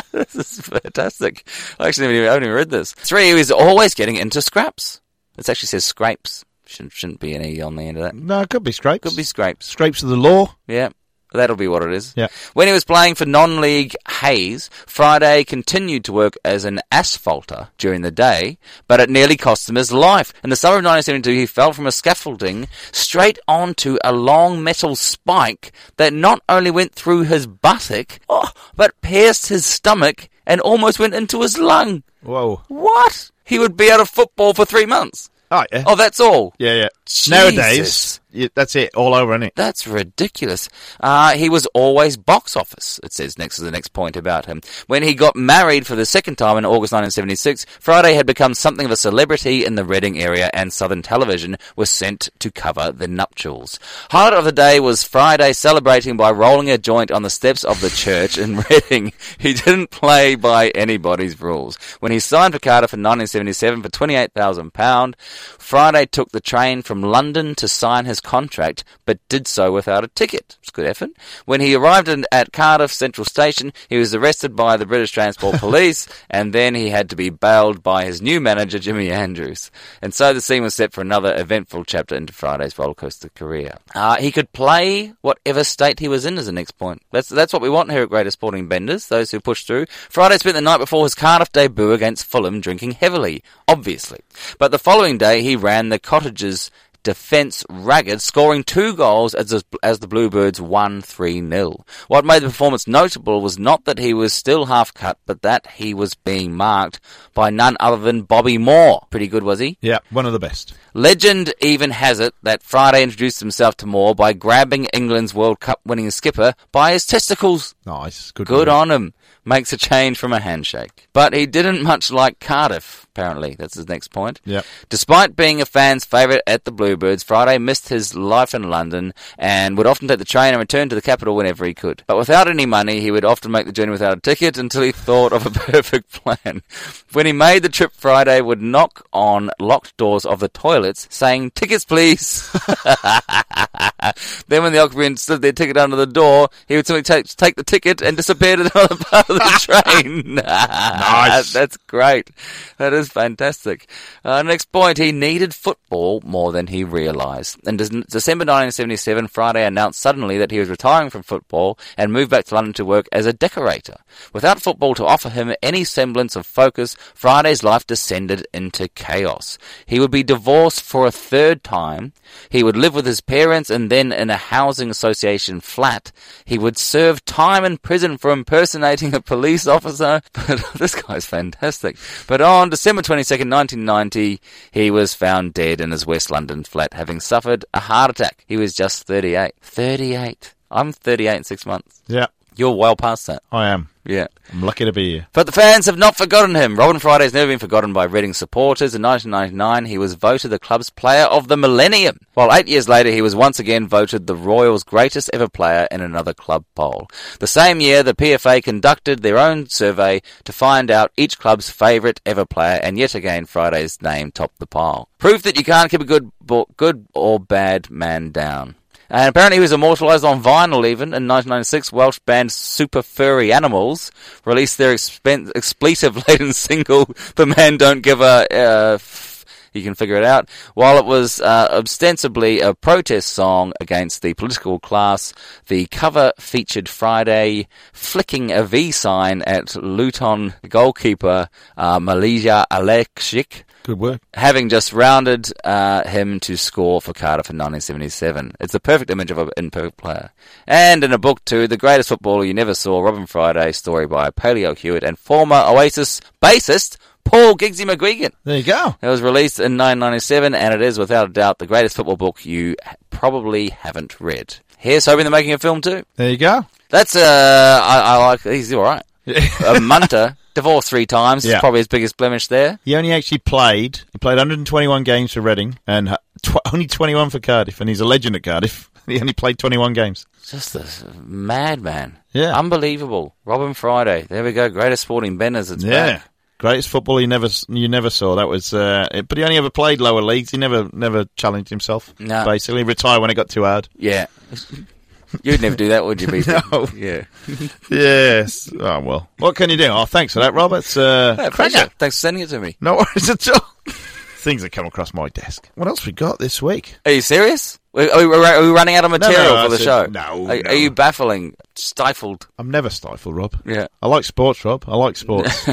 this is fantastic. I actually haven't even, I haven't even read this. Three, he was always getting into scraps. It actually says scrapes. Shouldn't, shouldn't be an E on the end of that.
no, it could be scrapes.
Could be scrapes.
scrapes of the law.
Yeah. That'll be what it is.
Yeah.
When he was playing for non-league Hayes, Friday continued to work as an asphalter during the day, but it nearly cost him his life. In the summer of 1972, he fell from a scaffolding straight onto a long metal spike that not only went through his buttock, oh, but pierced his stomach and almost went into his lung.
Whoa.
What? He would be out of football for three months.
Oh, yeah.
Oh, that's all.
yeah, yeah.
Jesus.
Nowadays, yeah, that's it. All over, isn't it?
That's ridiculous. Uh, he was always box office, it says next to the next point about him. When he got married for the second time in August 1976, Friday had become something of a celebrity in the Reading area and Southern Television was sent to cover the nuptials. Highlight of the day was Friday celebrating by rolling a joint on the steps of the church in Reading. He didn't play by anybody's rules. When he signed for Cardiff in 1977 for £28,000, Friday took the train from London to sign his contract, but did so without a ticket. It's good effort. When he arrived in, at Cardiff Central Station, he was arrested by the British Transport Police, and then he had to be bailed by his new manager, Jimmy Andrews. And so the scene was set for another eventful chapter into Friday's rollercoaster career. Uh, he could play whatever state he was in as the next point. That's that's what we want here at Greater Sporting Benders, those who push through. Friday spent the night before his Cardiff debut against Fulham drinking heavily, obviously. But the following day he ran the Cottagers defence ragged, scoring two goals as the, as the Bluebirds won 3 0. What made the performance notable was not that he was still half cut, but that he was being marked by none other than Bobby Moore. Pretty good, was he?
Yeah, one of the best.
Legend even has it that Friday introduced himself to Moore by grabbing England's World Cup winning skipper by his testicles.
Nice. Good.
Good
move.
on him. Makes a change from a handshake. But he didn't much like Cardiff, apparently. That's his next point.
Yep.
Despite being a fan's favourite at the Bluebirds, Friday missed his life in London and would often take the train and return to the capital whenever he could. But without any money, he would often make the journey without a ticket until he thought of a perfect plan. When he made the trip, Friday would knock on locked doors of the toilets, saying, Tickets, please! Then when the occupant slid their ticket under the door, he would simply take, take the ticket and disappear to another part of the train. nice. That's great. That is fantastic. Uh, next point, he needed football more than he realised. In Dec- December 1977, Friday announced suddenly that he was retiring from football and moved back to London to work as a decorator. Without football to offer him any semblance of focus, Friday's life descended into chaos. He would be divorced for a third time. He would live with his parents and then in a housing association flat. He would serve time in prison for impersonating a police officer. But this guy's fantastic. But on December 22nd, 1990, he was found dead in his West London flat, having suffered a heart attack. He was just 38. 38. I'm 38 in six months.
Yeah,
You're well past that.
I am.
Yeah.
I'm lucky to be here.
But the fans have not forgotten him. Robin Friday has never been forgotten by Reading supporters. In 1999, he was voted the club's player of the millennium. While eight years later, he was once again voted the Royals' greatest ever player in another club poll. The same year, the PFA conducted their own survey to find out each club's favourite ever player, and yet again, Friday's name topped the pile. Proof that you can't keep a good, bo- good or bad man down. And apparently he was immortalised on vinyl even. In 1996, Welsh band Super Furry Animals released their expen- expletive-laden single, The Man Don't Give a... Uh, f- you can figure it out. While it was uh, ostensibly a protest song against the political class, the cover featured Friday flicking a V sign at Luton goalkeeper uh, Malaysia Alexic
Good work.
having just rounded uh, him to score for Cardiff in 1977. It's the perfect image of an imperfect player. And in a book too, The Greatest Footballer You Never Saw, Robin Friday, story by Paleo Hewitt and former Oasis bassist Paul Giggsy McGuigan.
There you go.
It was released in 1997, and it is without a doubt the greatest football book you probably haven't read. Here's hoping they're making a film too.
There you go.
That's uh, I, I like. He's all right. uh, Munter divorced three times.
Yeah.
Is probably his biggest blemish there.
He only actually played. He played 121 games for Reading and uh, tw- only 21 for Cardiff, and he's a legend at Cardiff. He only played 21 games.
Just this madman.
Yeah.
Unbelievable. Robin Friday. There we go. Greatest sporting banners. It's
Yeah.
back.
Greatest football you never s- you never saw. That was, uh, it- but he only ever played lower leagues. He never never challenged himself.
No.
basically retired when it got too hard.
Yeah. You'd never do that, would you, Beefy?
No.
Yeah.
Yes. Oh well. What can you do? Oh, thanks for that, Robert. It's, Uh,
Yeah,
cracker.
pleasure. Thanks for sending it to me.
No worries at all. Things that come across my desk. What else we got this week?
Are you serious? Are are we, are we running out of material
I
for the
said
show?
no,
Are,
no.
are you baffling? Stifled?
I'm never stifled, Rob.
Yeah.
I like sports, Rob. I like sports.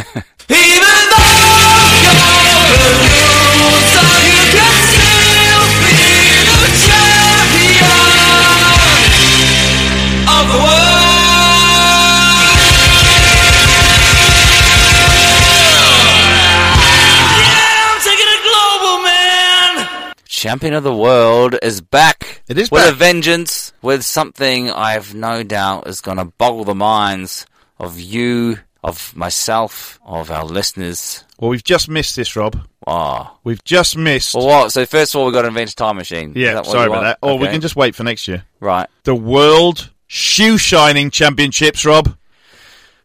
Champion of the World is back.
It is
with
back.
a vengeance. With something I have no doubt is going to boggle the minds of you, of myself, of our listeners.
well, we've just missed this, Rob.
Ah.
We've just missed.
Well, what? So first of all, we got to invent a time machine. Is
yeah,
that what
sorry
you
about that.
want?
Or we
Okay.
can just wait for next year.
right.
The World Shoe Shining Championships, Rob.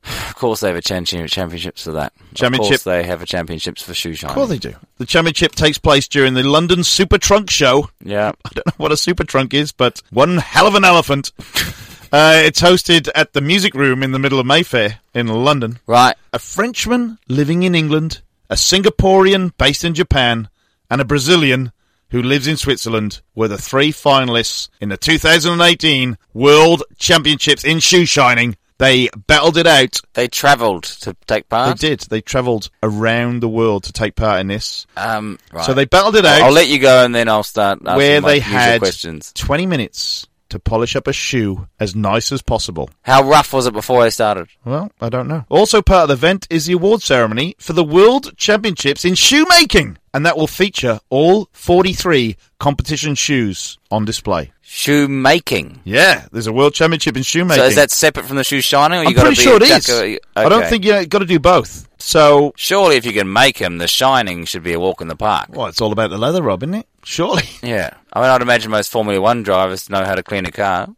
Of course, they have a championship championships for that. Of
Championship-
course, they have a championships for shoe shining.
Well, they do. The championship takes place during the London Super Trunk Show.
Yeah.
I don't know what a super trunk is, but one hell of an elephant. Uh, it's hosted at the Music Room in the middle of Mayfair in London.
Right.
A Frenchman living in England, a Singaporean based in Japan, and a Brazilian who lives in Switzerland were the three finalists in the 2018 World Championships in shoe shining. They battled it out.
They travelled to take
They
part.
did. They travelled around the world to take part in this.
Um. Right.
So they battled it out
I'll let you go, and then I'll start asking
where
my
they
usual
had
questions.
20 minutes to polish up a shoe as nice as possible.
How rough was it before they started?
Well, I don't know. Also part of the event is the award ceremony for the World Championships in Shoemaking, and that will feature all 43 competition shoes on display.
Shoemaking.
Yeah, there's a World Championship in shoemaking.
So is that separate from the shoe shining? Or you
I'm
gotta
pretty
be
sure it
a
is.
jack- okay.
I don't think you got to do both. So,
Surely, if you can make him, the shining should be a walk in the park.
well, it's all about the leather, Rob, isn't it? Surely.
Yeah. I mean, I'd imagine most Formula One drivers know how to clean a car.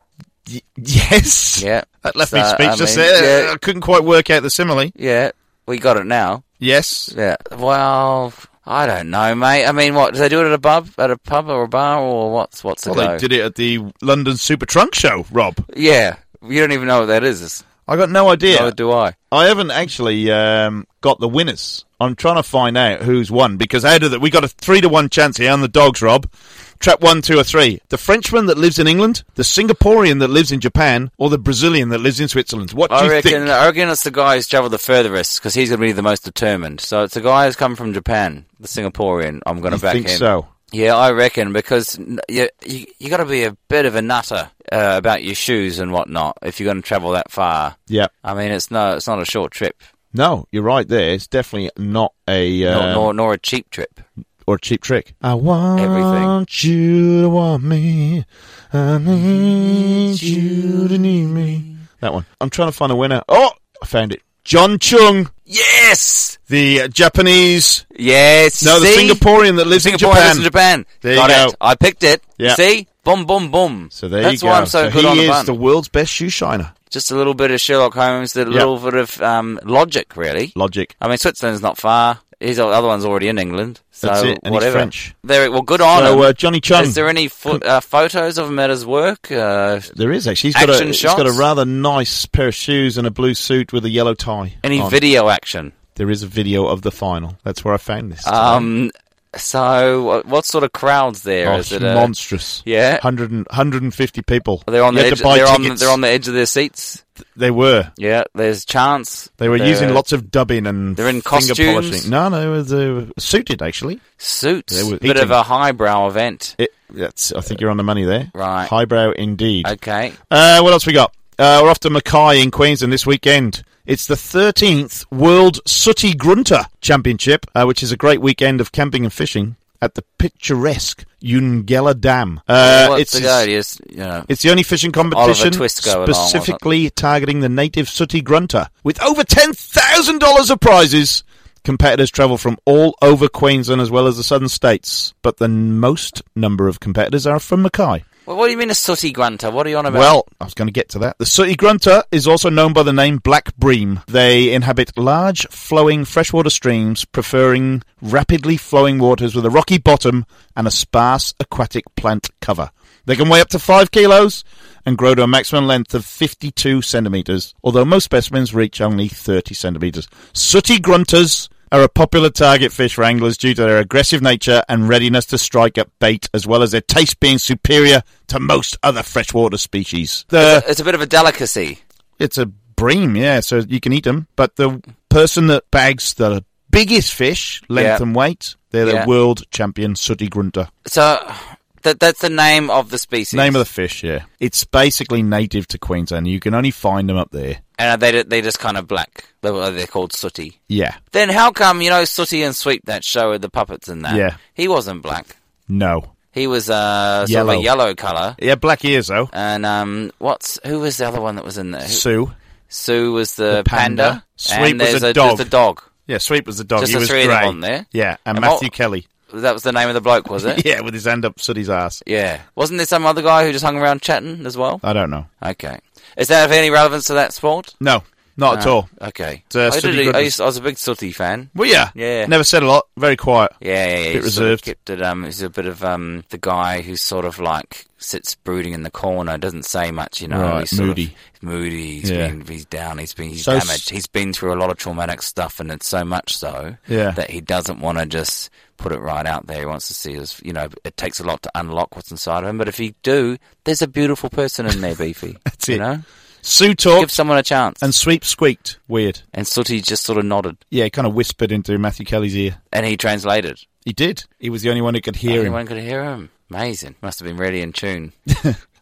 Y- yes.
Yeah.
That left me
So, uh, I
speechless
mean,
there.
yeah.
I couldn't quite work out the simile.
Yeah. We got it now.
Yes.
Yeah. Well, I don't know, mate. I mean, what do they do it at a pub, at a pub or a bar, or what's what's the
Well, they
go?
did it at the London Super Trunk Show, Rob.
Yeah. You don't even know what that is.
I got no idea.
Neither do I.
I haven't actually um, got the winners. I'm trying to find out who's won because out of that we got a three to one chance here on the dogs, Rob. Trap one, two, or three. The Frenchman that lives in England, the Singaporean that lives in Japan, or the Brazilian that lives in Switzerland. What do
I
you
reckon.
think?
I reckon it's the guy who's travelled the furthest because he's going to be the most determined. So it's the guy who's come from Japan, the Singaporean. I'm going to
You
back
think
him.
so?
Yeah, I reckon because n- you you, you got to be a bit of a nutter uh, about your shoes and whatnot if you're going to travel that far.
Yeah.
I mean, it's no, it's not a short trip,
No, you're right. There, it's definitely not a
nor,
um,
nor, nor a cheap trip.
or a cheap trick. I want
Everything.
you to want me. I need you to need me. That one. I'm trying to find a winner. Oh, I found it. John Chung.
Yes,
The uh, Japanese,
yes.
no, the
see?
Singaporean that lives in
Singapore
Japan.
is in Japan.
There you
got
go.
it. I picked it.
Yeah.
See, boom, boom, boom.
So there
That's
you go.
why I'm so, good
he
on the
is
bun.
the world's best shoe shiner.
Just a little bit of Sherlock Holmes, a little bit of um, logic, really.
Logic.
I mean, Switzerland's not far. His o- other one's already in England, so
That's it, and he's
whatever.
French.
There, well, good on
So
him.
uh, Johnny Chung,
Oh, Is there any fo- uh, photos of him at his work? Uh,
there is actually. He's got, a,
action
he's got a
shots?
rather nice pair of shoes and a blue suit with a yellow tie.
any
on.
video action?
There is a video of the final. That's where I found this.
Um, so, uh, what, what sort of crowds there?
Oh,
Is
it's
it? A,
monstrous.
Yeah.
100 and, 150 people.
they're on
You
the
had
edge.
to buy
They're on,
tickets.
they're on the edge of their seats.
They were.
Yeah, there's chance.
They were
They're uh,
using lots of dubbing and
They're in
finger
costumes?
polishing. No, no, they were, they were suited actually.
suits.
They were
bit
eating.
of a highbrow event.
It, that's, I think you're on the money there.
uh, Right.
Highbrow indeed.
Okay.
Uh, what else we got? Uh, we're off to Mackay in Queensland this weekend. It's the 13th World Sooty Grunter Championship, uh, which is a great weekend of camping and fishing at the picturesque Yungela Dam. Uh,
What's
it's,
the go? Just, you know,
it's the only fishing competition
Twist going along, wasn't it?
specifically targeting the native sooty grunter. With over $10,000 of prizes, competitors travel from all over Queensland as well as the southern states. But the most number of competitors are from Mackay.
well, what do you mean a sooty grunter? What are you on about?
Well, I was going to get to that. The sooty grunter is also known by the name black bream. They inhabit large, flowing freshwater streams, preferring rapidly flowing waters with a rocky bottom and a sparse aquatic plant cover. They can weigh up to 5 kilos and grow to a maximum length of 52 centimetres, although most specimens reach only 30 centimetres. Sooty grunters are a popular target fish for anglers due to their aggressive nature and readiness to strike at bait, as well as their taste being superior to most other freshwater species. The,
it's a bit of a delicacy.
it's a bream, yeah, so you can eat them. But the person that bags the biggest fish, length
Yeah.
and weight, they're
Yeah.
the world champion sooty grunter.
So that that's the name of the species.
Name of the fish, yeah. It's basically native to Queensland. You can only find them up there.
and they they just kind of black. They were- They're called sooty.
Yeah.
Then how come you know Sooty and Sweep that show with the puppets and that?
Yeah.
he wasn't black.
No.
He was uh, sort of
Yellow.
a yellow color.
Yeah, black ears though.
And um, what's who was the other one that was in there? Who-
Sue.
Sue was the,
The panda. Sweep
and
was
there's
a
a,
dog.
There's a dog.
Yeah, Sweep was the dog.
Just
he
the
was
three of them
grey.
on there?
Yeah, and,
And
Matthew
what-
Kelly.
That was the name of the bloke, was it?
Yeah, with his hand up Sooty's ass.
Yeah. Wasn't there some other guy who just hung around chatting as well?
I don't know.
Okay. Is that of any relevance to that sport?
No, not at
No.
all.
Okay.
It's, uh,
I,
Sooty
did, I,
Goodness.
used, I was a big Sooty fan.
Well, yeah.
Yeah.
Never said a lot. Very quiet.
Yeah, yeah,
Bit
yeah. he sort of
reserved.
kept it. Um, he's a bit of um the guy who sort of like sits brooding in the corner, doesn't say much. You know,
Right,
he's sort of-
moody.
he's moody. He's
Yeah.
been, he's down. He's been, he's
So s-
damaged. He's been through a lot of traumatic stuff, and it's so much so
Yeah.
that he doesn't want to just put it right out there. He wants to see his. You know, it takes a lot to unlock what's inside of him. But if you do, there's a beautiful person in there, Beefy.
That's
You
it.
know,
Sue talked
give someone a chance.
and Sweep squeaked. Weird.
and Sooty just sort of nodded,
Yeah, he kind of whispered into Matthew Kelly's ear.
and he translated.
He did. He was the only one who could hear him.
Anyone could hear him. Amazing. Must have been really in tune.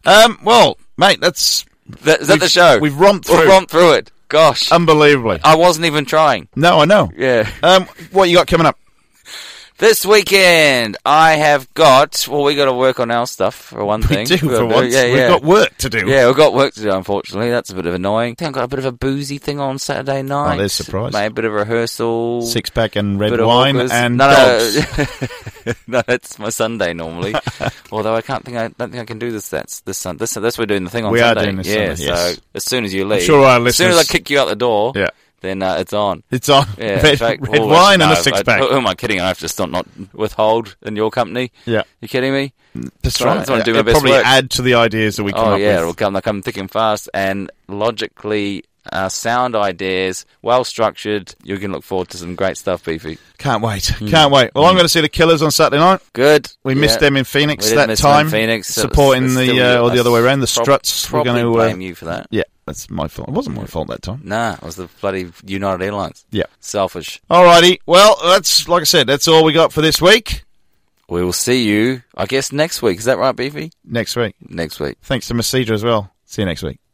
Um, well, mate, that's
That, is that
We've-
the show?
we've romped
We've
through. Uh,
romped through it. Gosh.
unbelievably.
I wasn't even trying.
no, I know.
Yeah.
Um, what you got coming up?
This weekend, I have got. Well, we got to work on our stuff for one
We
thing.
do
We've got
for
to do-
once.
Yeah,
We've
yeah.
got work to do.
Yeah, we've got work to do, unfortunately. That's a bit of annoying. I think I've got a bit of a boozy thing on Saturday night.
Oh, there's surprise.
Maybe a bit of rehearsal.
Six pack and
bit
red
of
wine
awkward-
and
no,
dogs.
no, no, that's my Sunday normally. Although I can't think I don't think I can do this. That's this Sun. This that's we're doing the thing on
We are
Sunday.
doing this
yeah.
Sunday,
so
yes.
as soon as you leave,
sure our
as soon as I
listeners-
kick you out the door,
Yeah.
then uh, it's on.
It's on
Yeah, in
red,
fact-
red
oh,
wine
no,
and a six
I-
pack.
Who am I kidding? I have to not not withhold in your company.
Yeah.
you kidding me?
That's
Sorry, I just wanna do my
It'll
best
probably
work.
add to the ideas that we come
Oh
up
yeah, it'll
with.
come. They'll come thick and fast and logically uh, sound ideas, well structured. You can look forward to some great stuff, Beefy.
Can't wait. Can't wait. Well, I'm going to see the Killers on Saturday night.
Good.
We missed
Yeah.
them in Phoenix
We did
that
miss them in
time.
Phoenix so
supporting
it's- it's
the
still-
uh, or the
I
other way around the
prob-
Struts. We're uh,
probably
going to
blame you for that.
Yeah, that's my fault. It wasn't my fault that time.
Nah, it was the bloody United Airlines.
Yeah.
Selfish.
Alrighty. Well, that's like I said. That's all we got for this week.
We will see you, I guess, next week. Is that right, Beefy?
Next week.
Next week.
Thanks to Masidra as well. See you next week.